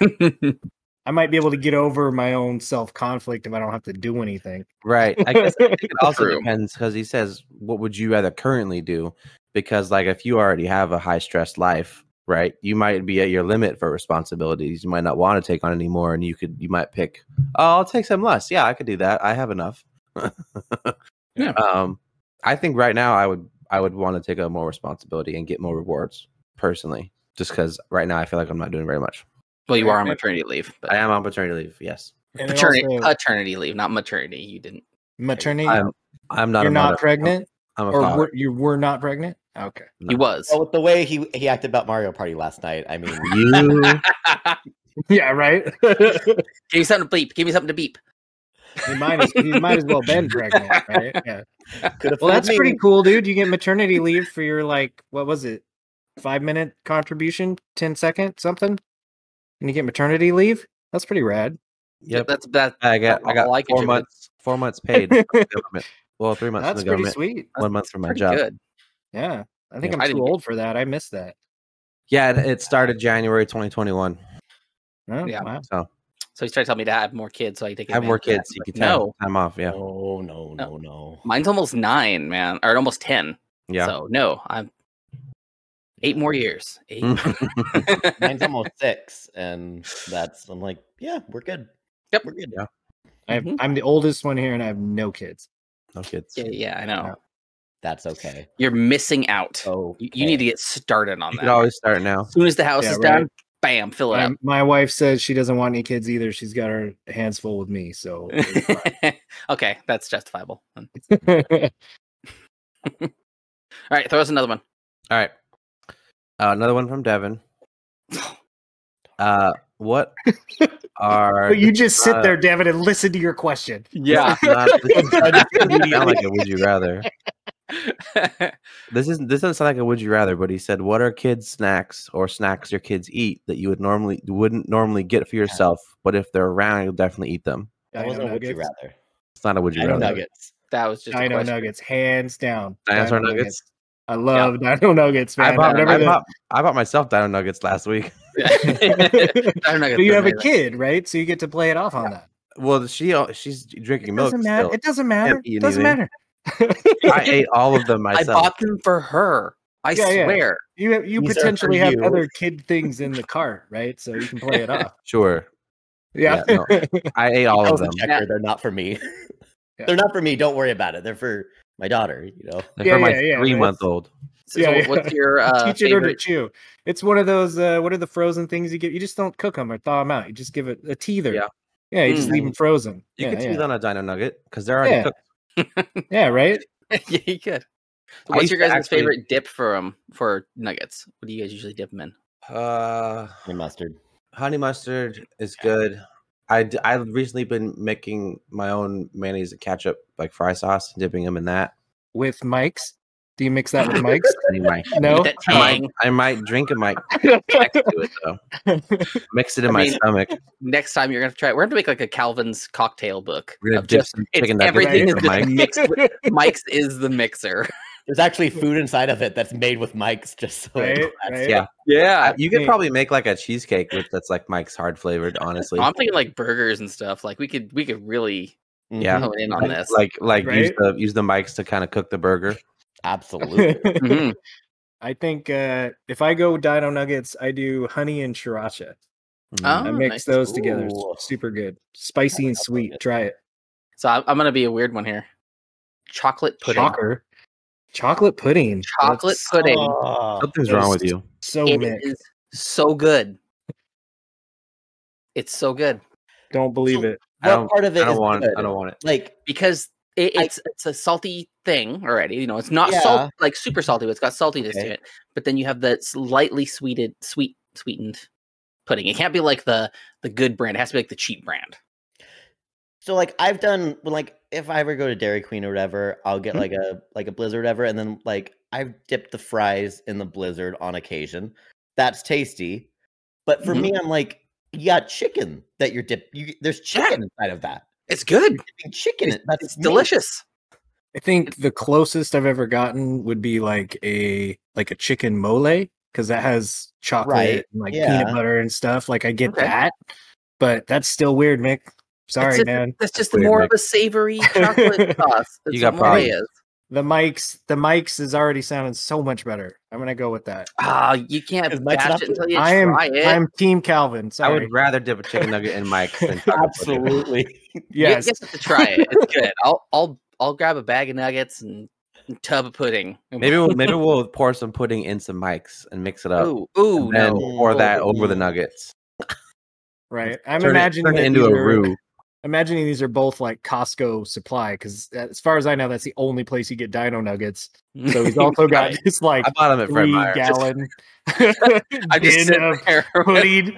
Speaker 2: I might be able to get over my own self conflict if I don't have to do anything.
Speaker 3: Right. I guess it also
Speaker 1: True.
Speaker 3: depends because he says, "What would you rather currently do?" Because like if you already have a high stress life, right, you might be at your limit for responsibilities. You might not want to take on any more, and you could you might pick, "Oh, I'll take some less." Yeah, I could do that. I have enough.
Speaker 1: Yeah.
Speaker 3: Um, I think right now I would I would want to take on more responsibility and get more rewards personally, just because right now I feel like I'm not doing very much.
Speaker 1: well, you are on maternity leave. But
Speaker 3: I am on paternity leave. Yes,
Speaker 2: And it
Speaker 1: paternity,
Speaker 2: also-
Speaker 1: paternity leave, not maternity. You didn't.
Speaker 2: maternity,
Speaker 3: I'm I'm not.
Speaker 2: you're
Speaker 3: a
Speaker 2: not
Speaker 3: mother.
Speaker 2: pregnant,
Speaker 3: I'm, I'm a
Speaker 2: or
Speaker 3: father.
Speaker 2: were, you were not pregnant. Okay,
Speaker 1: He
Speaker 3: No.
Speaker 1: was.
Speaker 4: Well, with the way he he acted about Mario Party last night, I mean,
Speaker 3: You
Speaker 2: Oh, yeah, right.
Speaker 1: Give me something to beep. Give me something to beep.
Speaker 2: you might as, you might as well been pregnant, right? Yeah.
Speaker 4: could have
Speaker 2: Well, that's pretty cool, dude. You get maternity leave for your like what was it? 5 minute contribution, 10 second something? And you get maternity leave? That's pretty rad.
Speaker 3: Yep.
Speaker 1: That's that.
Speaker 3: I got I
Speaker 1: all
Speaker 3: got
Speaker 1: I
Speaker 3: four
Speaker 1: contributed.
Speaker 3: months four months paid from the government. Well, three months
Speaker 2: That's
Speaker 3: from
Speaker 2: pretty
Speaker 3: the government.
Speaker 2: sweet.
Speaker 3: One month from my
Speaker 1: Pretty
Speaker 3: job.
Speaker 1: good.
Speaker 2: Yeah. I think
Speaker 3: Yeah.
Speaker 1: I
Speaker 2: I'm too
Speaker 1: didn't get-
Speaker 2: old for that. I missed that.
Speaker 3: Yeah, it, it started January 2021.
Speaker 2: Oh,
Speaker 1: Yeah.
Speaker 2: wow.
Speaker 3: So
Speaker 1: So he's trying to tell me to have more kids, so I can take.
Speaker 3: I have more
Speaker 1: advantage of
Speaker 3: kids.
Speaker 1: that.
Speaker 3: You
Speaker 1: Like,
Speaker 3: can tell
Speaker 1: No,
Speaker 3: time off. Yeah.
Speaker 4: No, no, no, no.
Speaker 1: mine's almost nine, man, or almost ten.
Speaker 3: Yeah.
Speaker 1: So no, I'm eight more years. Eight.
Speaker 4: Mine's almost six, and that's I'm like, yeah, we're good.
Speaker 1: Yep.
Speaker 4: we're good.
Speaker 3: Yeah.
Speaker 2: I have,
Speaker 1: Mhm.
Speaker 2: I'm the oldest one here and I have no kids.
Speaker 3: no kids.
Speaker 1: yeah, yeah, I know.
Speaker 4: That's okay.
Speaker 1: You're missing out.
Speaker 4: Oh,
Speaker 1: You, you need to get started on
Speaker 3: You
Speaker 1: that.
Speaker 3: could always start now.
Speaker 1: as soon as the house
Speaker 2: Yeah,
Speaker 1: is
Speaker 2: right.
Speaker 1: done, bam, fill it
Speaker 2: My,
Speaker 1: up.
Speaker 2: my wife says she doesn't want any kids either. She's got her hands full with me. So
Speaker 1: okay, that's justifiable. All
Speaker 2: I
Speaker 1: right, throw us another one.
Speaker 3: All right. Uh, another one from Devin. Uh, what are
Speaker 2: But you just sit
Speaker 3: Uh,
Speaker 2: there, David, and listen to your question.
Speaker 1: Yeah.
Speaker 3: not, this is- this doesn't sound like a would you rather. This isn't this doesn't sound like a would you rather, but he said, "What are kids snacks or snacks your kids eat that you would normally you wouldn't normally get for yourself, but if they're around, you'll definitely eat them."
Speaker 4: That
Speaker 2: Dino
Speaker 4: wasn't a would you
Speaker 2: nuggets.
Speaker 4: rather.
Speaker 3: It's not a would you
Speaker 4: Dino
Speaker 3: rather.
Speaker 4: nuggets.
Speaker 1: that was just a
Speaker 2: Dino
Speaker 1: question.
Speaker 2: nuggets, hands down.
Speaker 3: Dinosaur
Speaker 2: Dino
Speaker 3: nuggets.
Speaker 2: I love Dino Nuggets, man.
Speaker 3: I bought,
Speaker 2: Whatever
Speaker 3: I,
Speaker 2: the-
Speaker 3: bought, I bought myself Dino Nuggets last week.
Speaker 1: Dino nuggets
Speaker 2: but you
Speaker 1: are
Speaker 2: have a
Speaker 1: amazing.
Speaker 2: kid, right? So you get to play it off on that.
Speaker 3: Well, she al- she's drinking
Speaker 2: It
Speaker 3: milk.
Speaker 2: doesn't matter.
Speaker 3: still.
Speaker 2: It doesn't matter.
Speaker 3: eat
Speaker 2: It doesn't
Speaker 3: anything.
Speaker 2: matter.
Speaker 3: I ate all of them
Speaker 1: I
Speaker 3: myself.
Speaker 1: bought them for her. I
Speaker 2: Yeah, yeah.
Speaker 1: swear.
Speaker 2: You have, you
Speaker 4: These are for
Speaker 2: potentially have
Speaker 4: you.
Speaker 2: other kid things in the cart, right? So you can play it off.
Speaker 3: Sure,
Speaker 2: Yeah.
Speaker 3: Yeah, I ate all of
Speaker 4: Tells the
Speaker 3: them.
Speaker 4: checker they're not for me.
Speaker 2: Yeah.
Speaker 4: They're not for me. Don't worry about it. They're for my daughter. You know.
Speaker 3: They're
Speaker 2: Yeah,
Speaker 3: for my
Speaker 2: yeah, yeah,
Speaker 3: three month old.
Speaker 1: So,
Speaker 2: Yeah,
Speaker 1: so
Speaker 2: yeah.
Speaker 1: what's your uh,
Speaker 2: Teach it or to
Speaker 1: favorite?
Speaker 2: chew. It's one of those. Uh, what are the frozen things you get? You just don't cook them or thaw them out. You just give it a teether.
Speaker 3: Yeah.
Speaker 2: Yeah. You just
Speaker 1: Mm.
Speaker 2: leave them frozen.
Speaker 3: You
Speaker 2: yeah,
Speaker 3: could tease
Speaker 2: yeah.
Speaker 3: on a Dino Nugget because they're already
Speaker 2: Yeah.
Speaker 3: cooked.
Speaker 2: yeah. Right.
Speaker 1: yeah, you could. So
Speaker 3: I
Speaker 1: what's
Speaker 3: used
Speaker 1: your
Speaker 3: to
Speaker 1: guys'
Speaker 3: actually-
Speaker 1: favorite dip for um for nuggets? What do you guys usually dip them in?
Speaker 3: Uh,
Speaker 4: And mustard.
Speaker 3: honey mustard is good. I d- I've recently been making my own mayonnaise and ketchup, like fry sauce, and dipping them in that.
Speaker 2: With Mike's. Do you mix that with Mike's?
Speaker 3: Anyway,
Speaker 2: No. Oh.
Speaker 1: That
Speaker 3: I might,
Speaker 1: tang.
Speaker 3: I might drink a mic next to it though. Mix it in
Speaker 1: I
Speaker 3: my
Speaker 1: mean-
Speaker 3: stomach.
Speaker 1: Next time you're gonna have to try it. We're gonna have to make like a Calvin's cocktail book
Speaker 3: We're gonna
Speaker 1: of
Speaker 3: dip
Speaker 1: just
Speaker 3: some
Speaker 1: it's
Speaker 3: chicken nuggets
Speaker 1: everything
Speaker 2: in
Speaker 1: is
Speaker 3: from
Speaker 1: just
Speaker 3: Mike's.
Speaker 1: mixed. With, Mike's is the mixer.
Speaker 4: There's actually food inside of it that's made with Mike's, just so it-
Speaker 2: Right,
Speaker 4: that's-
Speaker 2: right?
Speaker 3: yeah.
Speaker 1: Yeah,
Speaker 3: Uh, You could
Speaker 2: Yeah.
Speaker 3: probably make like a cheesecake with that's like Mike's hard flavored. Honestly,
Speaker 1: I'm thinking like burgers and stuff. Like we could we could really
Speaker 4: Mm-hmm.
Speaker 3: Yeah.
Speaker 1: hone in on
Speaker 3: Like-
Speaker 1: this.
Speaker 3: like like use
Speaker 2: Right?
Speaker 3: the use the mics to kind of cook the burger.
Speaker 4: absolutely.
Speaker 1: Mhm.
Speaker 2: I think uh, if I go Dino Nuggets, I do honey and sriracha.
Speaker 1: Oh.
Speaker 3: Mm-hmm.
Speaker 2: I
Speaker 1: Mm.
Speaker 2: mix
Speaker 1: nice.
Speaker 2: those together. It's
Speaker 4: Ooh.
Speaker 2: Super good, spicy and
Speaker 4: sounds
Speaker 2: sweet.
Speaker 4: good.
Speaker 2: Try it.
Speaker 1: So I'm, I'm gonna be a weird one here. Chocolate pudding.
Speaker 2: Shocker. Chocolate pudding.
Speaker 1: Chocolate
Speaker 2: That's
Speaker 1: pudding.
Speaker 4: Oh,
Speaker 3: Something's wrong with
Speaker 2: Those-
Speaker 3: you.
Speaker 2: So
Speaker 1: It
Speaker 2: mixed.
Speaker 1: is so good. It's so good
Speaker 2: Don't believe it.
Speaker 3: I
Speaker 4: what
Speaker 3: don't-
Speaker 4: part of
Speaker 3: I
Speaker 4: it
Speaker 3: don't
Speaker 4: is
Speaker 3: want.
Speaker 4: good?
Speaker 3: I don't want it.
Speaker 4: like
Speaker 1: because it,
Speaker 4: I-
Speaker 1: it's it's a salty thing already. You know, it's not salt like super salty, but it's got saltiness
Speaker 4: Okay.
Speaker 1: to it. But then you have the slightly sweeted, sweet, sweetened pudding. It can't be like the the good brand. It has to be like the cheap brand.
Speaker 4: so like I've done when, like if I ever go to Dairy Queen or whatever, I'll
Speaker 3: Hmm.
Speaker 4: get like a like a blizzard or whatever, and then like I've dipped the fries in the blizzard on occasion. That's tasty. But for
Speaker 3: Mm-hmm.
Speaker 1: Mhm.
Speaker 4: me, I'm like, you got chicken that you're dip you there's
Speaker 1: Yeah.
Speaker 4: chicken inside of that.
Speaker 1: It's good.
Speaker 4: Dipping Chicken in- that's
Speaker 1: It's
Speaker 4: meat.
Speaker 1: delicious.
Speaker 2: I think the closest I've ever gotten would be like a like a chicken mole because that has chocolate
Speaker 4: Right,
Speaker 2: and like
Speaker 4: yeah.
Speaker 2: peanut butter and stuff. Like I get
Speaker 1: Okay.
Speaker 2: that, but that's still weird, Mick. Sorry,
Speaker 1: just-
Speaker 2: man.
Speaker 1: That's just
Speaker 3: Weird
Speaker 1: more
Speaker 3: mix.
Speaker 1: of a savory chocolate sauce. That's
Speaker 3: got
Speaker 1: what it
Speaker 3: problems.
Speaker 1: is.
Speaker 2: The mics, the mics is already sounding so much better. I'm gonna go with that.
Speaker 1: Ah, you can't
Speaker 4: Is Mike's
Speaker 1: bash
Speaker 4: not
Speaker 1: it
Speaker 4: doing
Speaker 1: until you
Speaker 2: I am
Speaker 1: try it.
Speaker 2: I'm Team Calvin.
Speaker 3: I
Speaker 2: Sorry.
Speaker 3: would rather dip a chicken nugget in Mike's than chocolate pudding.
Speaker 4: Absolutely.
Speaker 1: You
Speaker 2: yes.
Speaker 1: get to try it. It's good. I'll I'll I'll grab a bag of nuggets and a tub of pudding.
Speaker 3: Maybe we'll maybe we'll pour some pudding in some mics and mix it up.
Speaker 1: Ooh, ooh,
Speaker 3: and then
Speaker 1: no.
Speaker 3: pour that
Speaker 4: no.
Speaker 3: over the nuggets.
Speaker 2: Right. I'm
Speaker 3: Turn it-
Speaker 2: imagining
Speaker 3: turn it
Speaker 2: that
Speaker 3: into
Speaker 2: these
Speaker 3: a
Speaker 2: are-
Speaker 3: roux.
Speaker 2: imagining these are both like Costco supply because, as far as I know, that's the only place you get Dino Nuggets. So he's also got
Speaker 1: Right.
Speaker 2: just like
Speaker 3: I bought them at Fred
Speaker 2: three
Speaker 3: Meyer.
Speaker 2: gallon
Speaker 1: I'm just
Speaker 2: bin
Speaker 1: sitting
Speaker 2: of
Speaker 1: there.
Speaker 2: pudding,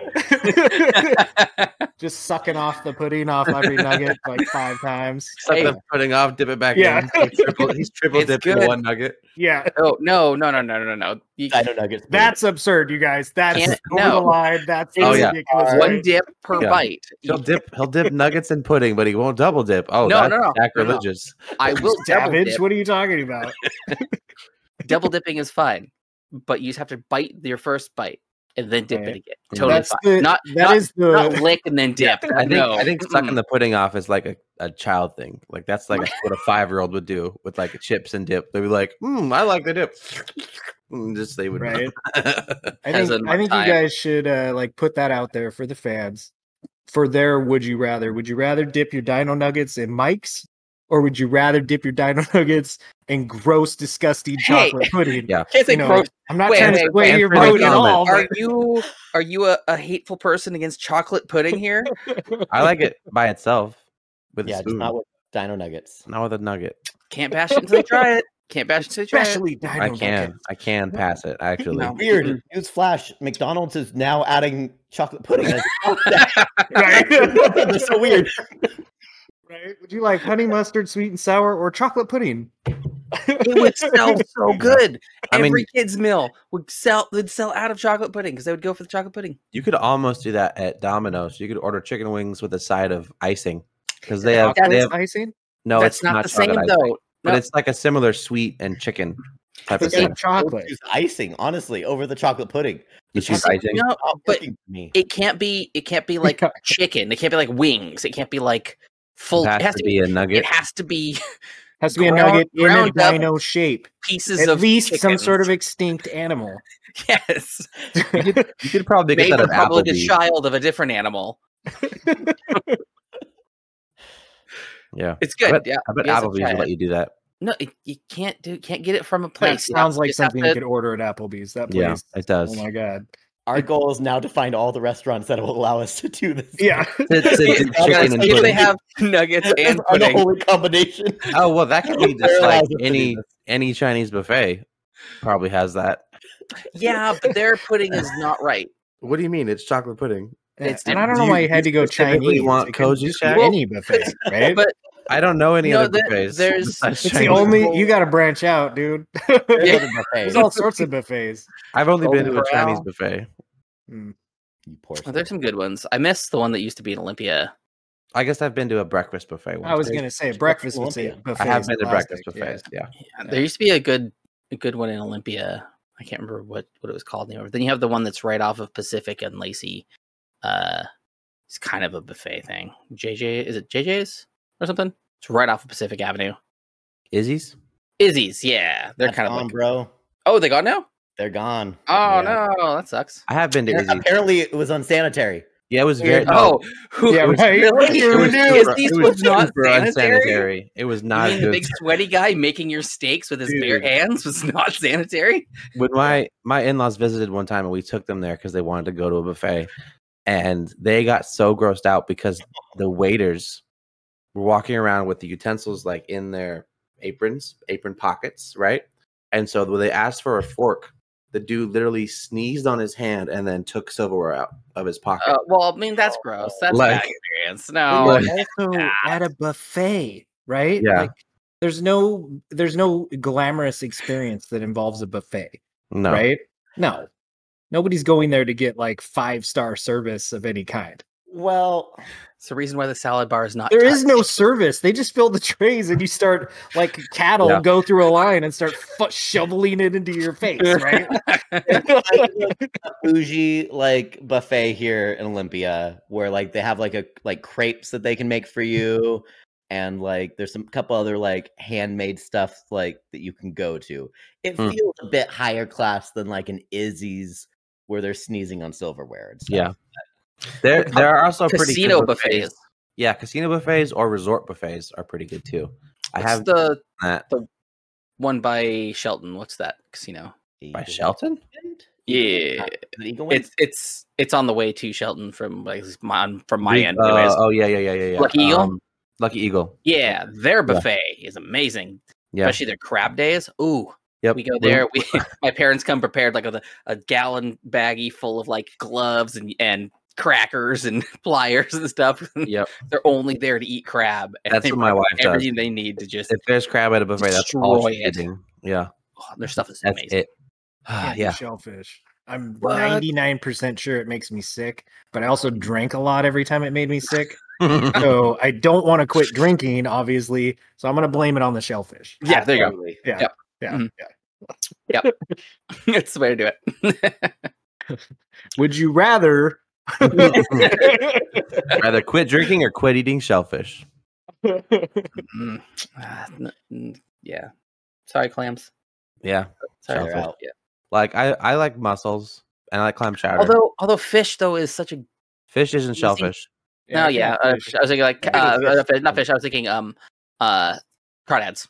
Speaker 2: just sucking off the pudding off every nugget like five times.
Speaker 3: Suck
Speaker 1: Hey.
Speaker 3: the pudding off, dip it back
Speaker 2: Yeah.
Speaker 3: in. He's triple, he's triple
Speaker 1: It's
Speaker 3: dipping
Speaker 1: good.
Speaker 3: one nugget.
Speaker 2: Yeah,
Speaker 1: oh no, no, no, no, no, no! You,
Speaker 4: I don't know. I guess-
Speaker 2: that's absurd, you guys. That's
Speaker 1: Can't-
Speaker 2: over
Speaker 1: no.
Speaker 2: the line. That's
Speaker 1: Oh,
Speaker 3: yeah.
Speaker 2: ridiculous.
Speaker 1: one
Speaker 2: One
Speaker 1: dip per
Speaker 3: Yeah.
Speaker 1: bite.
Speaker 3: He'll dip. He'll dip nuggets and pudding, but he won't double dip. Oh,
Speaker 1: No,
Speaker 3: that's
Speaker 1: no, no, no, no.
Speaker 3: sacrilegious.
Speaker 1: I will double
Speaker 2: Savage,
Speaker 1: dip.
Speaker 2: what are you talking about?
Speaker 1: Double dipping is fine, but you just have to bite your first bite and then dip
Speaker 2: Right.
Speaker 1: it again. Totally
Speaker 2: that's
Speaker 1: fine.
Speaker 2: the
Speaker 1: not
Speaker 2: that
Speaker 1: not,
Speaker 2: is the
Speaker 1: not lick and then dip.
Speaker 3: I think
Speaker 1: no.
Speaker 3: I think sucking the pudding off is like a, a child thing. Like that's like what a five year old would do with like chips and dip. They'd be like, "Hmm, I like the dip." And just they would.
Speaker 2: right. I
Speaker 1: As
Speaker 2: think,
Speaker 1: in
Speaker 2: I
Speaker 1: my
Speaker 2: think
Speaker 1: time.
Speaker 2: you guys should uh, like put that out there for the fans. For their would you rather? Would you rather dip your dino nuggets in Mike's or would you rather dip your dino nuggets in gross, disgusting
Speaker 1: Hey.
Speaker 2: chocolate pudding?
Speaker 3: Yeah.
Speaker 1: Can't say
Speaker 2: You know,
Speaker 1: gross.
Speaker 2: I'm not
Speaker 1: Wait,
Speaker 2: trying to
Speaker 1: wait,
Speaker 2: sway
Speaker 3: wait,
Speaker 2: your
Speaker 3: wait,
Speaker 2: vote at
Speaker 3: wait,
Speaker 2: all.
Speaker 3: wait.
Speaker 1: Are
Speaker 2: but-
Speaker 1: you are you a, a hateful person against chocolate pudding here?
Speaker 3: I like it by itself with
Speaker 4: yeah,
Speaker 3: a
Speaker 4: just
Speaker 3: spoon,
Speaker 4: not
Speaker 3: not with,
Speaker 4: with Dino Nuggets.
Speaker 3: a nugget.
Speaker 1: Can't bash it until you try it. Can't bash it until you try it.
Speaker 2: especially dino
Speaker 3: I can.
Speaker 2: nuggets.
Speaker 3: I can pass it actually.
Speaker 1: No.
Speaker 4: Weird
Speaker 2: Mm-hmm.
Speaker 4: news flash: McDonald's is now adding chocolate pudding. as a-
Speaker 2: Right.
Speaker 4: That's so weird.
Speaker 2: right? Would you like honey mustard, sweet and sour, or chocolate pudding?
Speaker 1: It would sell so good.
Speaker 3: I mean-
Speaker 1: Every kid's meal would sell. They'd sell out of chocolate pudding because they would go for the chocolate pudding.
Speaker 3: You could almost do that at Domino's. You could order chicken wings with a side of icing because they have.
Speaker 1: That's-
Speaker 3: They
Speaker 2: Chocolate
Speaker 3: have
Speaker 2: icing?
Speaker 3: no,
Speaker 1: That's
Speaker 3: it's
Speaker 1: not,
Speaker 3: not,
Speaker 1: the same
Speaker 3: chocolate icing,
Speaker 1: though.
Speaker 3: but
Speaker 1: No.
Speaker 3: it's like a similar sweet and chicken type of
Speaker 2: It's
Speaker 3: thing.
Speaker 2: got chocolate.
Speaker 4: Choose icing, honestly, over the chocolate pudding.
Speaker 3: You choose
Speaker 1: It's-
Speaker 3: icing.
Speaker 1: No,
Speaker 4: Not
Speaker 1: But-
Speaker 4: working for me.
Speaker 1: it can't be. It can't be like
Speaker 2: Yeah.
Speaker 1: chicken. It can't be like wings. It can't be like full.
Speaker 3: It has to be a
Speaker 1: It
Speaker 3: nugget.
Speaker 1: has to be
Speaker 2: Has to be a
Speaker 1: Ground-
Speaker 2: nugget in a
Speaker 1: ground up
Speaker 2: dino shape.
Speaker 1: pieces
Speaker 2: At
Speaker 1: of
Speaker 2: least some sort of
Speaker 1: chickens.
Speaker 2: extinct animal.
Speaker 1: yes.
Speaker 3: You could probably get
Speaker 1: Maybe
Speaker 3: that at
Speaker 1: probably the
Speaker 3: Applebee's.
Speaker 1: child of a different animal.
Speaker 3: Yeah,
Speaker 1: It's good.
Speaker 3: bet-
Speaker 1: yeah,
Speaker 3: I bet
Speaker 1: you guys should
Speaker 3: Applebee's
Speaker 1: try
Speaker 3: would
Speaker 1: it.
Speaker 3: let you do that.
Speaker 1: No, it, you can't do. Can't get it from a
Speaker 2: That
Speaker 1: place. You have-
Speaker 2: sounds like
Speaker 1: just have
Speaker 2: something
Speaker 1: to-
Speaker 2: you could order at Applebee's. That
Speaker 3: Yeah,
Speaker 2: place.
Speaker 3: it does.
Speaker 2: Oh my god.
Speaker 4: Our goal is now to find all the restaurants that will allow us to do this.
Speaker 2: Yeah.
Speaker 3: Sit- sit-
Speaker 1: Yeah,
Speaker 3: sit
Speaker 1: I gotta
Speaker 3: chicken and
Speaker 1: see if they
Speaker 3: pudding.
Speaker 1: have nuggets and
Speaker 4: It's an
Speaker 1: pudding.
Speaker 4: unholy combination.
Speaker 3: Oh well, that could be just
Speaker 4: Paralyzed
Speaker 3: like
Speaker 4: us to do
Speaker 3: any
Speaker 4: this.
Speaker 3: any Chinese buffet probably has that.
Speaker 1: Yeah, but their pudding is not right.
Speaker 3: What do you mean? It's chocolate pudding.
Speaker 2: Yeah,
Speaker 1: It's
Speaker 2: and I don't
Speaker 3: different.
Speaker 2: know
Speaker 3: Do
Speaker 2: why
Speaker 3: you-
Speaker 2: you had to
Speaker 3: you
Speaker 2: go
Speaker 3: specifically
Speaker 2: Chinese.
Speaker 3: want
Speaker 2: It could
Speaker 3: Koji
Speaker 2: just be
Speaker 3: Shack?
Speaker 2: any buffet, right?
Speaker 1: But
Speaker 3: I don't know any
Speaker 1: No,
Speaker 3: other
Speaker 1: there-
Speaker 3: buffets.
Speaker 1: there's-
Speaker 3: besides
Speaker 2: It's the
Speaker 3: Chinese.
Speaker 2: only you got to branch out, dude.
Speaker 4: There's
Speaker 1: Yeah.
Speaker 4: other buffets,
Speaker 2: There's all sorts of buffets.
Speaker 3: I've only been to a
Speaker 1: Golden
Speaker 3: Chinese
Speaker 1: Corral.
Speaker 3: buffet.
Speaker 4: you poor
Speaker 1: Oh, there's some good ones. I miss the one that used to be in Olympia.
Speaker 3: I guess I've been to a breakfast buffet. Once.
Speaker 2: I was gonna say breakfast was
Speaker 4: Olympia.
Speaker 2: buffet.
Speaker 3: I have been to breakfast buffets. Yeah.
Speaker 1: Yeah, There used to be a good a good one in Olympia. I can't remember what what it was called anymore. Then you have the one that's right off of Pacific and Lacey. Uh, it's kind of a buffet thing. JJ is it JJ's or something? It's right off of Pacific Avenue.
Speaker 3: Izzy's.
Speaker 1: Izzy's, yeah, they're
Speaker 4: That's
Speaker 1: kind of
Speaker 4: gone,
Speaker 1: like
Speaker 4: bro.
Speaker 1: oh they gone now.
Speaker 4: They're gone.
Speaker 1: Oh
Speaker 4: Yeah.
Speaker 1: no, that sucks.
Speaker 3: I have been to Izzy's.
Speaker 4: Apparently, it was unsanitary.
Speaker 3: Yeah, it was very.
Speaker 1: Oh, who,
Speaker 2: Yeah, right.
Speaker 1: really?
Speaker 2: It was
Speaker 1: Izzy's
Speaker 3: super- it
Speaker 1: was not
Speaker 3: super
Speaker 1: sanitary.
Speaker 3: It was
Speaker 1: You
Speaker 3: not
Speaker 1: mean the
Speaker 3: good.
Speaker 1: big sweaty guy making your steaks with his bare
Speaker 2: Dude.
Speaker 1: hands was not sanitary.
Speaker 3: when my my in-laws visited one time and we took them there because they wanted to go to a buffet and they got so grossed out because the waiters were walking around with the utensils like in their aprons apron pockets right and so when they asked for a fork the dude literally sneezed on his hand and then took silverware out of his pocket
Speaker 1: Uh, well, I mean that's gross. That's a bad
Speaker 3: Oh, Like-
Speaker 1: experience.
Speaker 2: Oh,
Speaker 1: No,
Speaker 3: Like-
Speaker 2: also at a buffet, right?
Speaker 3: Yeah.
Speaker 2: Like, there's no there's no glamorous experience that involves a buffet,
Speaker 3: no
Speaker 2: right? No. Nobody's going there to get like five star service of any kind.
Speaker 4: Well,
Speaker 1: It's the reason why the salad bar is not.
Speaker 2: There is no service. They just fill the trays and you start like cattle
Speaker 3: Yeah.
Speaker 2: go through a line and start fu- shoveling it into your face, right?
Speaker 3: Ah,
Speaker 4: like, like, a bougie like buffet here in Olympia, where like they have like a like crepes that they can make for you, and like there's some couple other like handmade stuff like that you can go to. It
Speaker 3: Hmm.
Speaker 4: feels a bit higher class than like an Izzy's where they're sneezing on silverware and stuff.
Speaker 3: yeah there there are also pretty good
Speaker 1: casino buffets.
Speaker 3: yeah casino buffets or resort buffets are pretty good too i
Speaker 1: What's
Speaker 3: have done
Speaker 1: the
Speaker 3: that
Speaker 1: one by Shelton? What's that casino?
Speaker 3: by
Speaker 4: Eagle
Speaker 3: shelton
Speaker 4: Wind?
Speaker 1: Yeah,
Speaker 4: Uh, is it Eagle Wind?
Speaker 1: it's it's it's on the way to Shelton from like at least my on- from my
Speaker 3: We-
Speaker 1: end.
Speaker 3: uh,
Speaker 1: Anyways.
Speaker 3: oh yeah, yeah, yeah, yeah. yeah.
Speaker 1: Lucky Eagle?
Speaker 3: Lucky Eagle.
Speaker 1: yeah, their buffet is amazing,
Speaker 3: Yeah.
Speaker 1: especially their crab days. Ooh,
Speaker 3: Yep.
Speaker 1: we go there. We my parents come prepared like with a, a gallon baggie full of like gloves and and crackers and pliers and stuff.
Speaker 3: Yep.
Speaker 1: They're only there to eat crab. And
Speaker 3: That's
Speaker 1: they
Speaker 3: what my
Speaker 1: bring
Speaker 3: wife does.
Speaker 1: Everything they need to just
Speaker 3: If there's crab at a buffet, that's all
Speaker 1: Destroy
Speaker 3: she's
Speaker 1: it.
Speaker 3: eating. Yeah.
Speaker 1: oh, their stuff is
Speaker 3: That's
Speaker 1: amazing.
Speaker 3: it. Ah,
Speaker 2: Can't do
Speaker 3: yeah.
Speaker 2: Shellfish. I'm
Speaker 1: What?
Speaker 2: 99% sure it makes me sick, but I also drank a lot every time it made me sick. so I don't want to quit drinking, obviously. So I'm gonna blame it on the shellfish.
Speaker 1: Yeah, there you go.
Speaker 4: Absolutely.
Speaker 2: Yeah.
Speaker 1: Yep.
Speaker 2: Yeah.
Speaker 1: Mhm.
Speaker 2: yeah.
Speaker 1: That's the way to do it.
Speaker 2: Would you rather
Speaker 3: Either quit drinking or quit eating shellfish.
Speaker 1: Mm, ah, n- n- yeah. Sorry, clams.
Speaker 3: Yeah.
Speaker 1: Sorry.
Speaker 4: Shellfish.
Speaker 1: they're out, yeah.
Speaker 3: Like I, I like mussels and I like clam chowder.
Speaker 1: Although, although fish though is such a
Speaker 3: fish isn't
Speaker 1: see-
Speaker 3: shellfish.
Speaker 1: no, yeah. uh,
Speaker 2: fish.
Speaker 1: I was thinking like
Speaker 2: I think
Speaker 1: uh, not
Speaker 2: it's fish.
Speaker 1: fish, not fish. I was thinking um uh crawdads.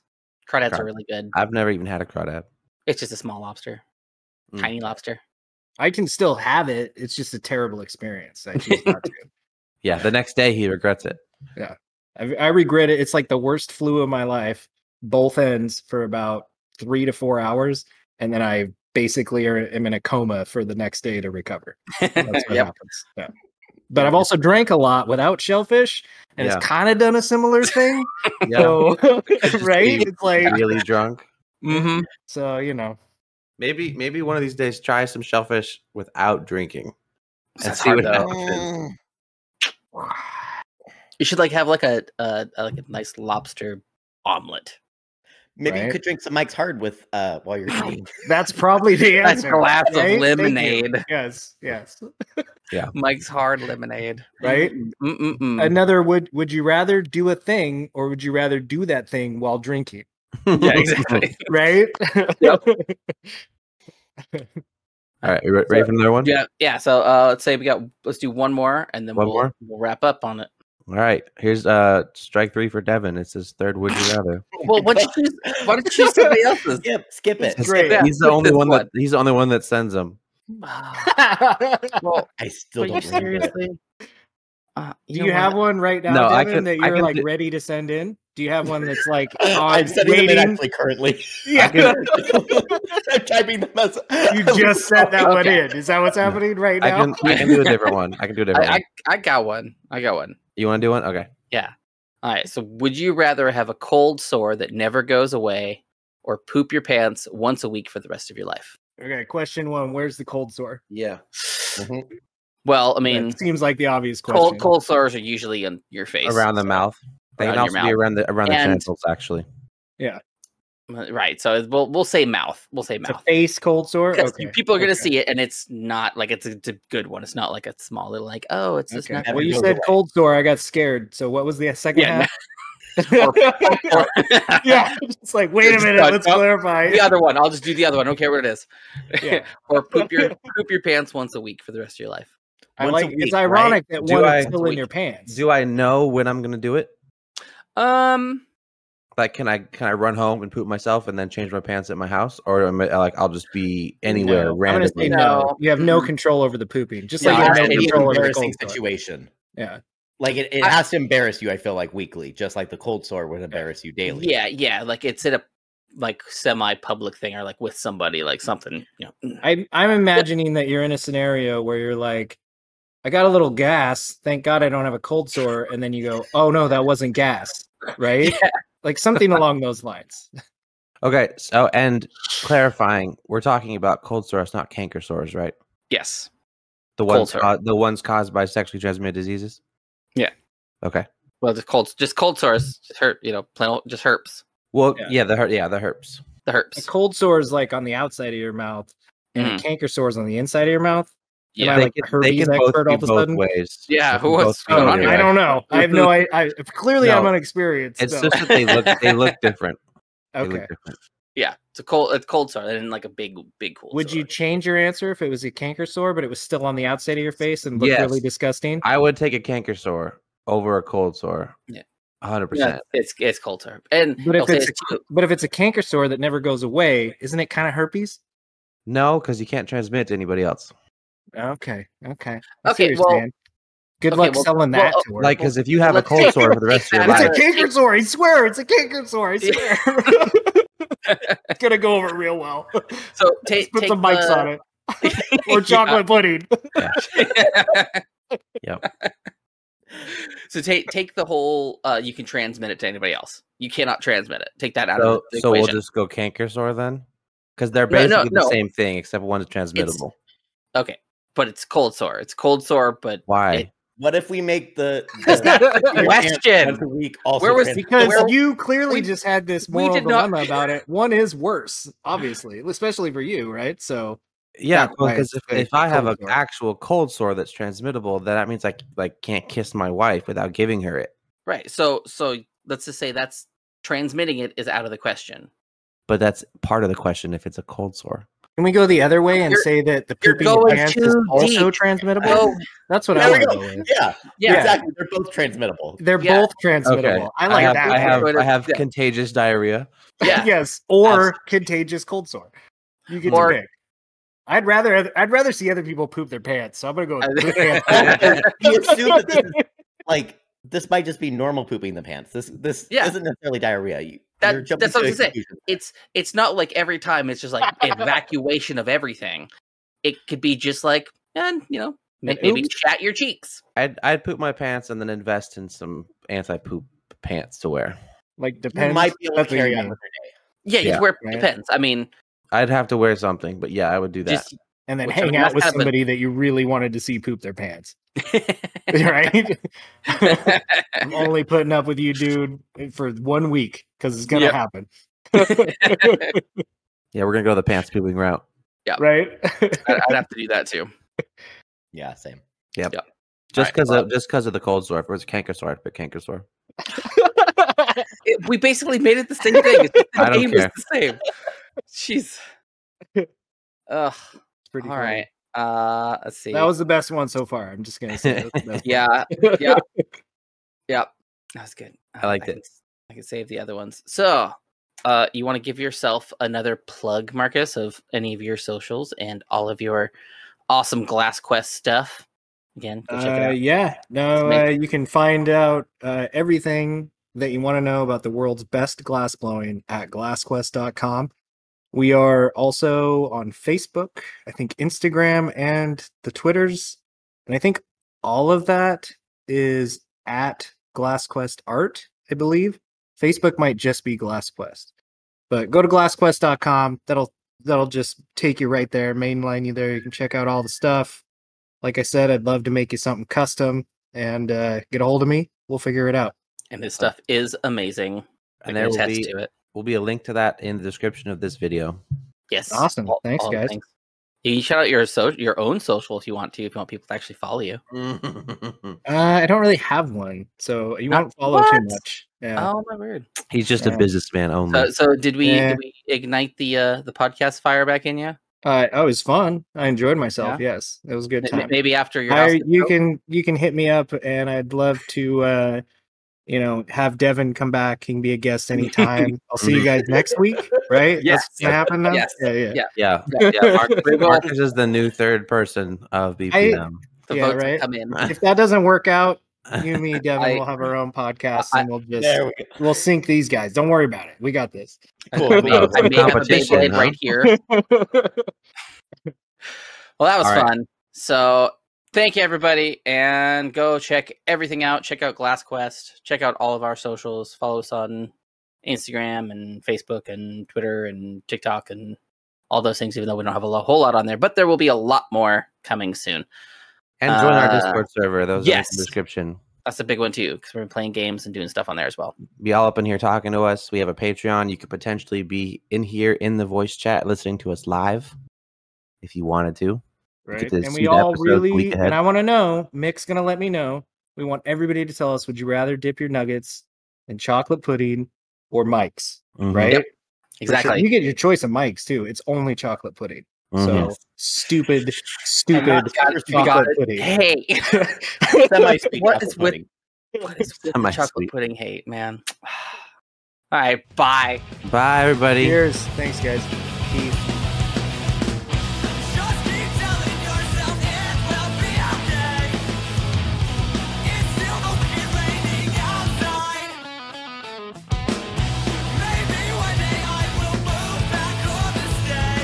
Speaker 1: Crawdads
Speaker 3: Crawd-
Speaker 1: are really good.
Speaker 3: I've never even had a crawdad.
Speaker 1: It's just a small lobster,
Speaker 3: Mm.
Speaker 1: tiny lobster.
Speaker 2: I can still have it. It's just a terrible experience. I choose not to.
Speaker 3: Yeah. The next day he regrets it.
Speaker 2: I, I regret it. It's like the worst flu of my life, both ends for about three to four hours, and then I basically are, am in a coma for the next day to recover. That's what
Speaker 1: Yep.
Speaker 2: happens. Yeah. But I've also drank a lot without shellfish, and
Speaker 3: Yeah.
Speaker 2: it's kind of done a similar thing.
Speaker 3: Yeah.
Speaker 1: Oh.
Speaker 2: So,
Speaker 3: just
Speaker 2: right?
Speaker 3: be-
Speaker 2: It's like
Speaker 3: really drunk.
Speaker 1: Mm-hmm.
Speaker 2: so you know.
Speaker 3: Maybe maybe one of these days try some shellfish without drinking. And
Speaker 1: That's
Speaker 3: see
Speaker 1: hard
Speaker 3: what
Speaker 1: though.
Speaker 4: Mm.
Speaker 3: happens.
Speaker 1: You should like have like a, a, a like a nice lobster omelet.
Speaker 4: Maybe you
Speaker 2: Right.
Speaker 4: could drink some Mike's Hard with uh while you're eating.
Speaker 2: That's probably the
Speaker 1: Nice
Speaker 2: answer.
Speaker 1: glass of
Speaker 2: right? Thank you.
Speaker 1: lemonade.
Speaker 2: Yes, yes.
Speaker 1: Mike's hard lemonade.
Speaker 2: Right?
Speaker 1: Mm-hmm. Mm-mm-mm.
Speaker 2: Another would would you rather do a thing or would you rather do that thing while drinking?
Speaker 1: yeah, exactly.
Speaker 2: Right?
Speaker 1: Yep.
Speaker 3: All right, we re- ready for another one?
Speaker 1: yeah, yeah. So uh, let's say we got let's do one more and then
Speaker 3: One
Speaker 1: we'll
Speaker 3: more?
Speaker 1: we'll wrap up on it.
Speaker 3: All right, here's uh strike three for Devin. It's his third would you rather.
Speaker 1: Well, why don't you choose, why don't you choose somebody else's?
Speaker 4: skip, skip it.
Speaker 2: That's great.
Speaker 1: Yeah,
Speaker 3: he's the
Speaker 1: pick
Speaker 3: only
Speaker 1: this
Speaker 3: one that he's the only one that sends him.
Speaker 1: Ah, well,
Speaker 4: I still
Speaker 1: are you
Speaker 4: don't remember. it.
Speaker 1: seriously? Uh,
Speaker 2: do
Speaker 1: know
Speaker 2: you
Speaker 1: what?
Speaker 2: have one right now,
Speaker 3: No, I
Speaker 2: Devin,
Speaker 3: can-
Speaker 2: that
Speaker 3: I
Speaker 2: you're
Speaker 3: can
Speaker 2: like
Speaker 3: do-
Speaker 2: ready to send in? Do you have one that's like
Speaker 4: I'm
Speaker 2: on
Speaker 4: sending them in
Speaker 2: waiting?
Speaker 4: actually currently.
Speaker 2: Yeah.
Speaker 4: I'm typing them as
Speaker 2: You just sent that one
Speaker 1: Okay.
Speaker 2: in. Is that what's happening right
Speaker 3: I
Speaker 2: now?
Speaker 3: can I can do a different one. I can do a different
Speaker 1: I, I
Speaker 3: one.
Speaker 1: I got one. I got one.
Speaker 3: You want to do one? Okay.
Speaker 1: Yeah. All right. So, would you rather have a cold sore that never goes away, or poop your pants once a week for the rest of your life?
Speaker 2: Okay, question one. Where's the cold sore?
Speaker 3: Yeah.
Speaker 1: Well, I mean,
Speaker 2: That seems like the obvious question.
Speaker 1: cold cold sores are usually on your face,
Speaker 3: around the
Speaker 1: so-
Speaker 3: mouth. They
Speaker 1: Around your
Speaker 3: can also be
Speaker 1: mouth.
Speaker 3: around the around the
Speaker 1: And-
Speaker 3: genitals, actually.
Speaker 1: right? So it- we'll we'll say mouth. We'll say
Speaker 2: It's a
Speaker 1: mouth.
Speaker 2: face cold sore.
Speaker 1: 'Cause
Speaker 2: Okay.
Speaker 1: People are going to
Speaker 2: okay.
Speaker 1: see it, and it's not like it's a, it's a good one. It's not like a small little like, oh, it's just
Speaker 2: Okay.
Speaker 1: not.
Speaker 2: Well,
Speaker 4: Everything
Speaker 2: you
Speaker 4: goes
Speaker 2: said
Speaker 4: away.
Speaker 2: cold sore. I got scared. So what was the second
Speaker 1: Yeah,
Speaker 2: half? yeah, it's like wait a
Speaker 1: Just
Speaker 2: minute.
Speaker 1: got-
Speaker 2: Let's
Speaker 1: oh,
Speaker 2: clarify.
Speaker 1: the other one. I'll just do the other one. I don't care what it is.
Speaker 2: Yeah.
Speaker 1: or poop your poop your pants once a week for the rest of your life.
Speaker 2: I
Speaker 3: Once a
Speaker 2: like.
Speaker 3: week,
Speaker 2: it's
Speaker 3: right?
Speaker 2: ironic that
Speaker 3: Do
Speaker 2: one
Speaker 3: I-
Speaker 2: is still
Speaker 1: Once a
Speaker 2: in your
Speaker 1: week.
Speaker 2: pants.
Speaker 3: Do I know when I'm gonna do it?
Speaker 1: Um,
Speaker 3: Like, can I can I run home and poop myself and then change my pants at my house, or am I like I'll just be anywhere
Speaker 2: No, I'm gonna say
Speaker 3: randomly? Mm-hmm.
Speaker 1: No.
Speaker 2: no. You have no
Speaker 1: Mm-mm.
Speaker 2: control over the pooping. Just
Speaker 1: Yeah,
Speaker 2: like you
Speaker 1: I
Speaker 2: have no
Speaker 1: already
Speaker 4: it's an
Speaker 2: control over the
Speaker 4: embarrassing
Speaker 2: cold sore.
Speaker 4: situation.
Speaker 2: Yeah.
Speaker 4: Like it, it
Speaker 1: I-
Speaker 4: has to embarrass you. I feel like weekly, just like the cold sore would embarrass you daily.
Speaker 1: yeah, yeah. Like it's in a like semi-public thing, or like with somebody, like something. You know, mm,
Speaker 2: I, I'm imagining that you're in a scenario where you're like, I got a little gas. Thank God I don't have a cold sore. And then you go, oh no, that wasn't gas. Right? Like something along those lines.
Speaker 3: Okay, so and clarifying, we're talking about cold sores, not canker sores, right?
Speaker 1: yes.
Speaker 3: The
Speaker 1: Cold
Speaker 3: ones
Speaker 1: sore.
Speaker 3: ca- the ones caused by sexually transmitted diseases.
Speaker 1: Yeah.
Speaker 3: Okay.
Speaker 1: Well, just cold, just cold sores, just hurt. You know, plain old, just herpes.
Speaker 3: Well,
Speaker 2: Yeah.
Speaker 3: yeah, the her- yeah the herpes.
Speaker 1: The
Speaker 2: A
Speaker 1: herpes.
Speaker 2: cold sore is like on the outside of your mouth, and
Speaker 3: Mm-hmm.
Speaker 2: a canker sore is on the inside of your mouth.
Speaker 1: Yeah.
Speaker 2: I like a herpes expert all of a sudden?
Speaker 3: ways.
Speaker 1: Yeah,
Speaker 3: They
Speaker 1: who
Speaker 3: can
Speaker 1: wants
Speaker 3: both
Speaker 1: to
Speaker 3: be
Speaker 1: go on
Speaker 2: Oh,
Speaker 3: either
Speaker 1: your
Speaker 2: I
Speaker 3: way.
Speaker 2: don't know. I have no I, I clearly I'm
Speaker 3: No.
Speaker 2: unexperienced.
Speaker 3: It's
Speaker 2: so-
Speaker 3: just that they look they look different. They
Speaker 2: okay.
Speaker 3: look different.
Speaker 1: Yeah, it's a cold, a cold sore, and like a big, big cold.
Speaker 2: Would you
Speaker 1: sore.
Speaker 2: change your answer if it was a canker sore, but it was still on the outside of your face and looked really
Speaker 3: Yes.
Speaker 2: disgusting?
Speaker 3: I would take a canker sore over a cold sore.
Speaker 1: Yeah.
Speaker 3: A hundred
Speaker 1: Yeah,
Speaker 3: percent.
Speaker 1: it's it's cold sore, and
Speaker 2: But if
Speaker 1: I'll say
Speaker 2: it's
Speaker 1: this too,
Speaker 2: But if it's a canker sore that never goes away, isn't it kind of herpes?
Speaker 3: No, because you can't transmit it to anybody else.
Speaker 2: Okay.
Speaker 1: Okay,
Speaker 2: Okay. what you're
Speaker 1: well-
Speaker 2: saying. good
Speaker 1: okay,
Speaker 2: luck
Speaker 1: well-
Speaker 2: selling
Speaker 1: well,
Speaker 2: that
Speaker 1: uh,
Speaker 2: to her.
Speaker 3: Like, because if you have a
Speaker 1: let's
Speaker 3: cold
Speaker 1: take-
Speaker 3: sore for the rest of your
Speaker 2: it's
Speaker 1: that's
Speaker 3: life,
Speaker 2: a
Speaker 1: right.
Speaker 2: canker sore. I swear, it's a canker sore. I swear. it's gonna go over real well.
Speaker 1: so take
Speaker 2: Put
Speaker 1: take
Speaker 2: some mics
Speaker 1: the-
Speaker 2: on it or chocolate pudding.
Speaker 3: Yep.
Speaker 1: So take take the whole. Uh, you can transmit it to anybody else. You cannot transmit it. Take that out
Speaker 3: so,
Speaker 1: of the
Speaker 3: so
Speaker 1: equation.
Speaker 3: we'll just go canker sore then, because they're
Speaker 1: No, no,
Speaker 3: basically
Speaker 1: no.
Speaker 3: the same thing except one is transmittable.
Speaker 1: okay, but it's cold sore. It's cold sore, but
Speaker 3: Why?
Speaker 4: What if we make the,
Speaker 1: That's not
Speaker 4: your
Speaker 1: question.
Speaker 4: pants once a week also
Speaker 1: Where was-
Speaker 4: trans-
Speaker 2: Because
Speaker 1: Where-
Speaker 2: you clearly
Speaker 1: we-
Speaker 2: just had this
Speaker 1: we
Speaker 2: moral
Speaker 1: did not-
Speaker 2: dilemma about it. One is worse, obviously, especially for you, right? So
Speaker 3: Yeah,
Speaker 2: that's why
Speaker 3: because
Speaker 2: it's
Speaker 3: if,
Speaker 2: a
Speaker 3: if I have
Speaker 2: cold
Speaker 3: an
Speaker 2: sore.
Speaker 3: actual cold sore that's transmittable, then that means I c- like can't kiss my wife without giving her it.
Speaker 1: right. So so let's just say that's transmitting it is out of the question.
Speaker 3: But that's part of the question if it's a cold sore.
Speaker 2: can we go the other way and
Speaker 1: You're-
Speaker 2: say that the
Speaker 1: you're
Speaker 2: pooping your
Speaker 1: going
Speaker 2: pants
Speaker 1: too
Speaker 2: is also
Speaker 1: deep.
Speaker 2: transmittable?
Speaker 1: Oh
Speaker 2: That's what I want
Speaker 4: There we
Speaker 2: to
Speaker 4: go.
Speaker 2: go with.
Speaker 4: Yeah,
Speaker 1: yeah,
Speaker 4: exactly. They're both transmittable.
Speaker 2: They're
Speaker 1: Yeah.
Speaker 2: both transmittable. I like
Speaker 3: have,
Speaker 2: that.
Speaker 3: I
Speaker 2: one.
Speaker 3: have, I have
Speaker 1: Yeah.
Speaker 3: contagious diarrhea.
Speaker 1: yeah.
Speaker 2: yes, or contagious cold sore. You get
Speaker 1: Or-
Speaker 2: to pick. I'd rather I'd rather see other people poop their pants, so I'm gonna go. With poop
Speaker 1: I-
Speaker 2: pants.
Speaker 4: You assume that this is, like this might just be normal pooping the pants. This this
Speaker 1: Yeah.
Speaker 4: isn't necessarily diarrhea. You,
Speaker 1: That-
Speaker 4: you're jumping
Speaker 1: that's what I
Speaker 4: to
Speaker 1: was gonna say.
Speaker 4: conclusions.
Speaker 1: It's it's not like every time it's just like evacuation of everything. It could be just like and you know may-
Speaker 2: And
Speaker 1: maybe
Speaker 2: oops.
Speaker 1: chat your cheeks.
Speaker 3: I'd I'd poop my pants and then invest in some anti poop pants to wear.
Speaker 2: like
Speaker 4: You
Speaker 2: depends.
Speaker 4: might be able to
Speaker 2: That's what you
Speaker 4: carry on
Speaker 2: mean.
Speaker 4: with your day.
Speaker 1: Yeah, yeah
Speaker 3: Yeah,
Speaker 1: where
Speaker 2: right.
Speaker 1: it depends. I mean,
Speaker 3: I'd have to wear something, but yeah, I would do that.
Speaker 1: just
Speaker 2: and then
Speaker 1: Which, I
Speaker 2: hang
Speaker 1: mean,
Speaker 2: out
Speaker 1: that's
Speaker 2: with
Speaker 1: kind of a-
Speaker 2: somebody that you really wanted to see poop their pants, right? I'm only putting up with you, dude, for one week because it's gonna
Speaker 1: Yep.
Speaker 2: happen,
Speaker 3: yeah, we're gonna go the pants pooping route.
Speaker 2: right?
Speaker 1: I'd, I'd have to do that too.
Speaker 4: Yeah, same.
Speaker 3: Just
Speaker 1: Alright,
Speaker 3: because
Speaker 1: well-
Speaker 3: of just because of the cold sore. If it was a canker sore, I'd pick canker sore.
Speaker 1: It- we basically made it the same thing. It's just The
Speaker 3: I don't
Speaker 1: game
Speaker 3: care.
Speaker 1: was the same. Jeez. Ugh.
Speaker 2: Pretty
Speaker 1: All
Speaker 2: cool.
Speaker 1: right. Uh, let's see.
Speaker 2: That was the best one so far. I'm just gonna say. That's the best
Speaker 1: yeah.
Speaker 2: one.
Speaker 1: Yeah. Yep. That was good. Uh,
Speaker 3: liked
Speaker 1: I
Speaker 3: it.
Speaker 1: Can, I can save the other ones. So, uh, you want to give yourself another plug, Marcus, of any of your socials and all of your awesome Glass Quest stuff. Again, go check it
Speaker 2: Uh,
Speaker 1: out.
Speaker 2: Yeah, no, uh,
Speaker 1: amazing.
Speaker 2: you can find out uh, everything that you want to know about the world's best glass blowing at glassquest.com. We are also on Facebook, I think Instagram and the Twitters. And I think all of that is at Glass Quest Art, I believe. Facebook might just be Glass Quest, but go to glassquest.com. That'll that'll just take you right there, mainline you there. You can check out all the stuff. Like I said, I'd love to make you something custom and uh, get a hold of me. We'll figure it out.
Speaker 1: And this stuff is amazing.
Speaker 3: And
Speaker 1: I
Speaker 3: there
Speaker 1: can
Speaker 3: will
Speaker 1: attest
Speaker 3: be
Speaker 1: to it.
Speaker 3: will be a link to that in the description of this video.
Speaker 1: Yes.
Speaker 2: Awesome. Thanks, guys.
Speaker 1: You can shout out your so- your own social if you want to, if you want people to actually follow you.
Speaker 2: Uh, I don't really have one, so you
Speaker 1: Not-
Speaker 2: won't follow
Speaker 1: Uh, what?
Speaker 2: too much. Yeah.
Speaker 1: Oh my word.
Speaker 3: He's just
Speaker 2: Yeah.
Speaker 3: a businessman only.
Speaker 1: So, so did we
Speaker 2: Yeah.
Speaker 1: did we ignite the uh the podcast fire back in you?
Speaker 2: Uh, oh, it was fun. I enjoyed myself. Yes, it was a good time.
Speaker 1: Maybe after your
Speaker 2: I,
Speaker 1: house gets
Speaker 2: you
Speaker 1: built?
Speaker 2: can you can hit me up, and I'd love to, uh, you know, have Devin come back. He can be a guest anytime. I'll see you guys next week, right?
Speaker 1: Yes.
Speaker 2: That's what happened now.
Speaker 1: Yes.
Speaker 2: Yeah, yeah.
Speaker 1: Yeah.
Speaker 3: yeah.
Speaker 1: Yeah,
Speaker 3: Yeah, Marcus, Marcus is the new third person of BPM.
Speaker 1: the
Speaker 2: yeah,
Speaker 1: votes
Speaker 2: right.
Speaker 1: come in.
Speaker 2: If that doesn't work out, you and me, Devin,
Speaker 1: I-
Speaker 2: will have our own podcast, and we'll just
Speaker 4: There we go.
Speaker 2: we'll sync these guys. Don't worry about it. We got this.
Speaker 4: Cool.
Speaker 1: I
Speaker 3: Well,
Speaker 1: may,
Speaker 3: it's
Speaker 1: I
Speaker 3: a
Speaker 1: may have a big
Speaker 3: competition,
Speaker 1: head
Speaker 3: huh?
Speaker 1: right here. Well, that was
Speaker 3: All right.
Speaker 1: fun. So thank you, everybody, and go check everything out. Check out Glass Quest. Check out all of our socials. Follow us on Instagram and Facebook and Twitter and TikTok and all those things. Even though we don't have a lo- whole lot on there, but there will be a lot more coming soon.
Speaker 3: And join our
Speaker 1: Uh,
Speaker 3: Discord server. Those are
Speaker 1: yes.
Speaker 3: in the description.
Speaker 1: That's a big one too, because we're playing games and doing stuff on there as well.
Speaker 3: Be all up in here talking to us. We have a Patreon. You could potentially be in here in the voice chat listening to us live if you wanted to. get
Speaker 2: Right.
Speaker 3: to
Speaker 2: And
Speaker 3: see
Speaker 2: we
Speaker 3: the
Speaker 2: all
Speaker 3: episode the
Speaker 2: really,
Speaker 3: week ahead.
Speaker 2: and I want to know, Mick's going to let me know. We want everybody to tell us would you rather dip your nuggets in chocolate pudding or Mike's,
Speaker 3: Mhm.
Speaker 2: right?
Speaker 1: Yep,
Speaker 2: For sure.
Speaker 1: Exactly.
Speaker 2: You get your choice of Mike's too. It's only chocolate pudding.
Speaker 3: Mhm.
Speaker 2: So stupid,
Speaker 4: I'm not
Speaker 2: stupid
Speaker 4: Scottish, we got
Speaker 2: chocolate
Speaker 4: it.
Speaker 2: pudding.
Speaker 1: Hey,
Speaker 4: Semi-sweet
Speaker 1: What
Speaker 4: apple
Speaker 1: is with-
Speaker 4: pudding.
Speaker 1: what is with the
Speaker 3: Semi-sweet.
Speaker 1: chocolate pudding hate, man? All right, bye.
Speaker 3: Bye, everybody.
Speaker 2: Cheers. Thanks, guys. Peace.
Speaker 5: Just keep telling yourself it will be okay. It's still fucking raining outside. Maybe one day I will move back home to stay.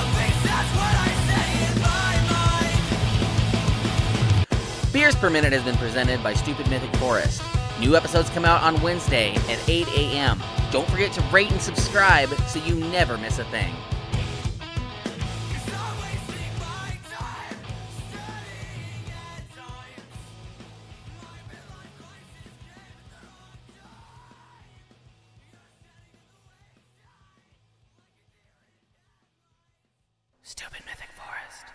Speaker 5: At least that's what I say in my mind.
Speaker 1: Beers Per Minute has been presented by Stupid Mythic Forest. New episodes come out on Wednesday at 8 a.m. Don't forget to rate and subscribe so you never miss a thing.
Speaker 5: It's not wasting my time studying at times. My midlife crisis came at the wrong time.
Speaker 1: Stupid Mythic Forest.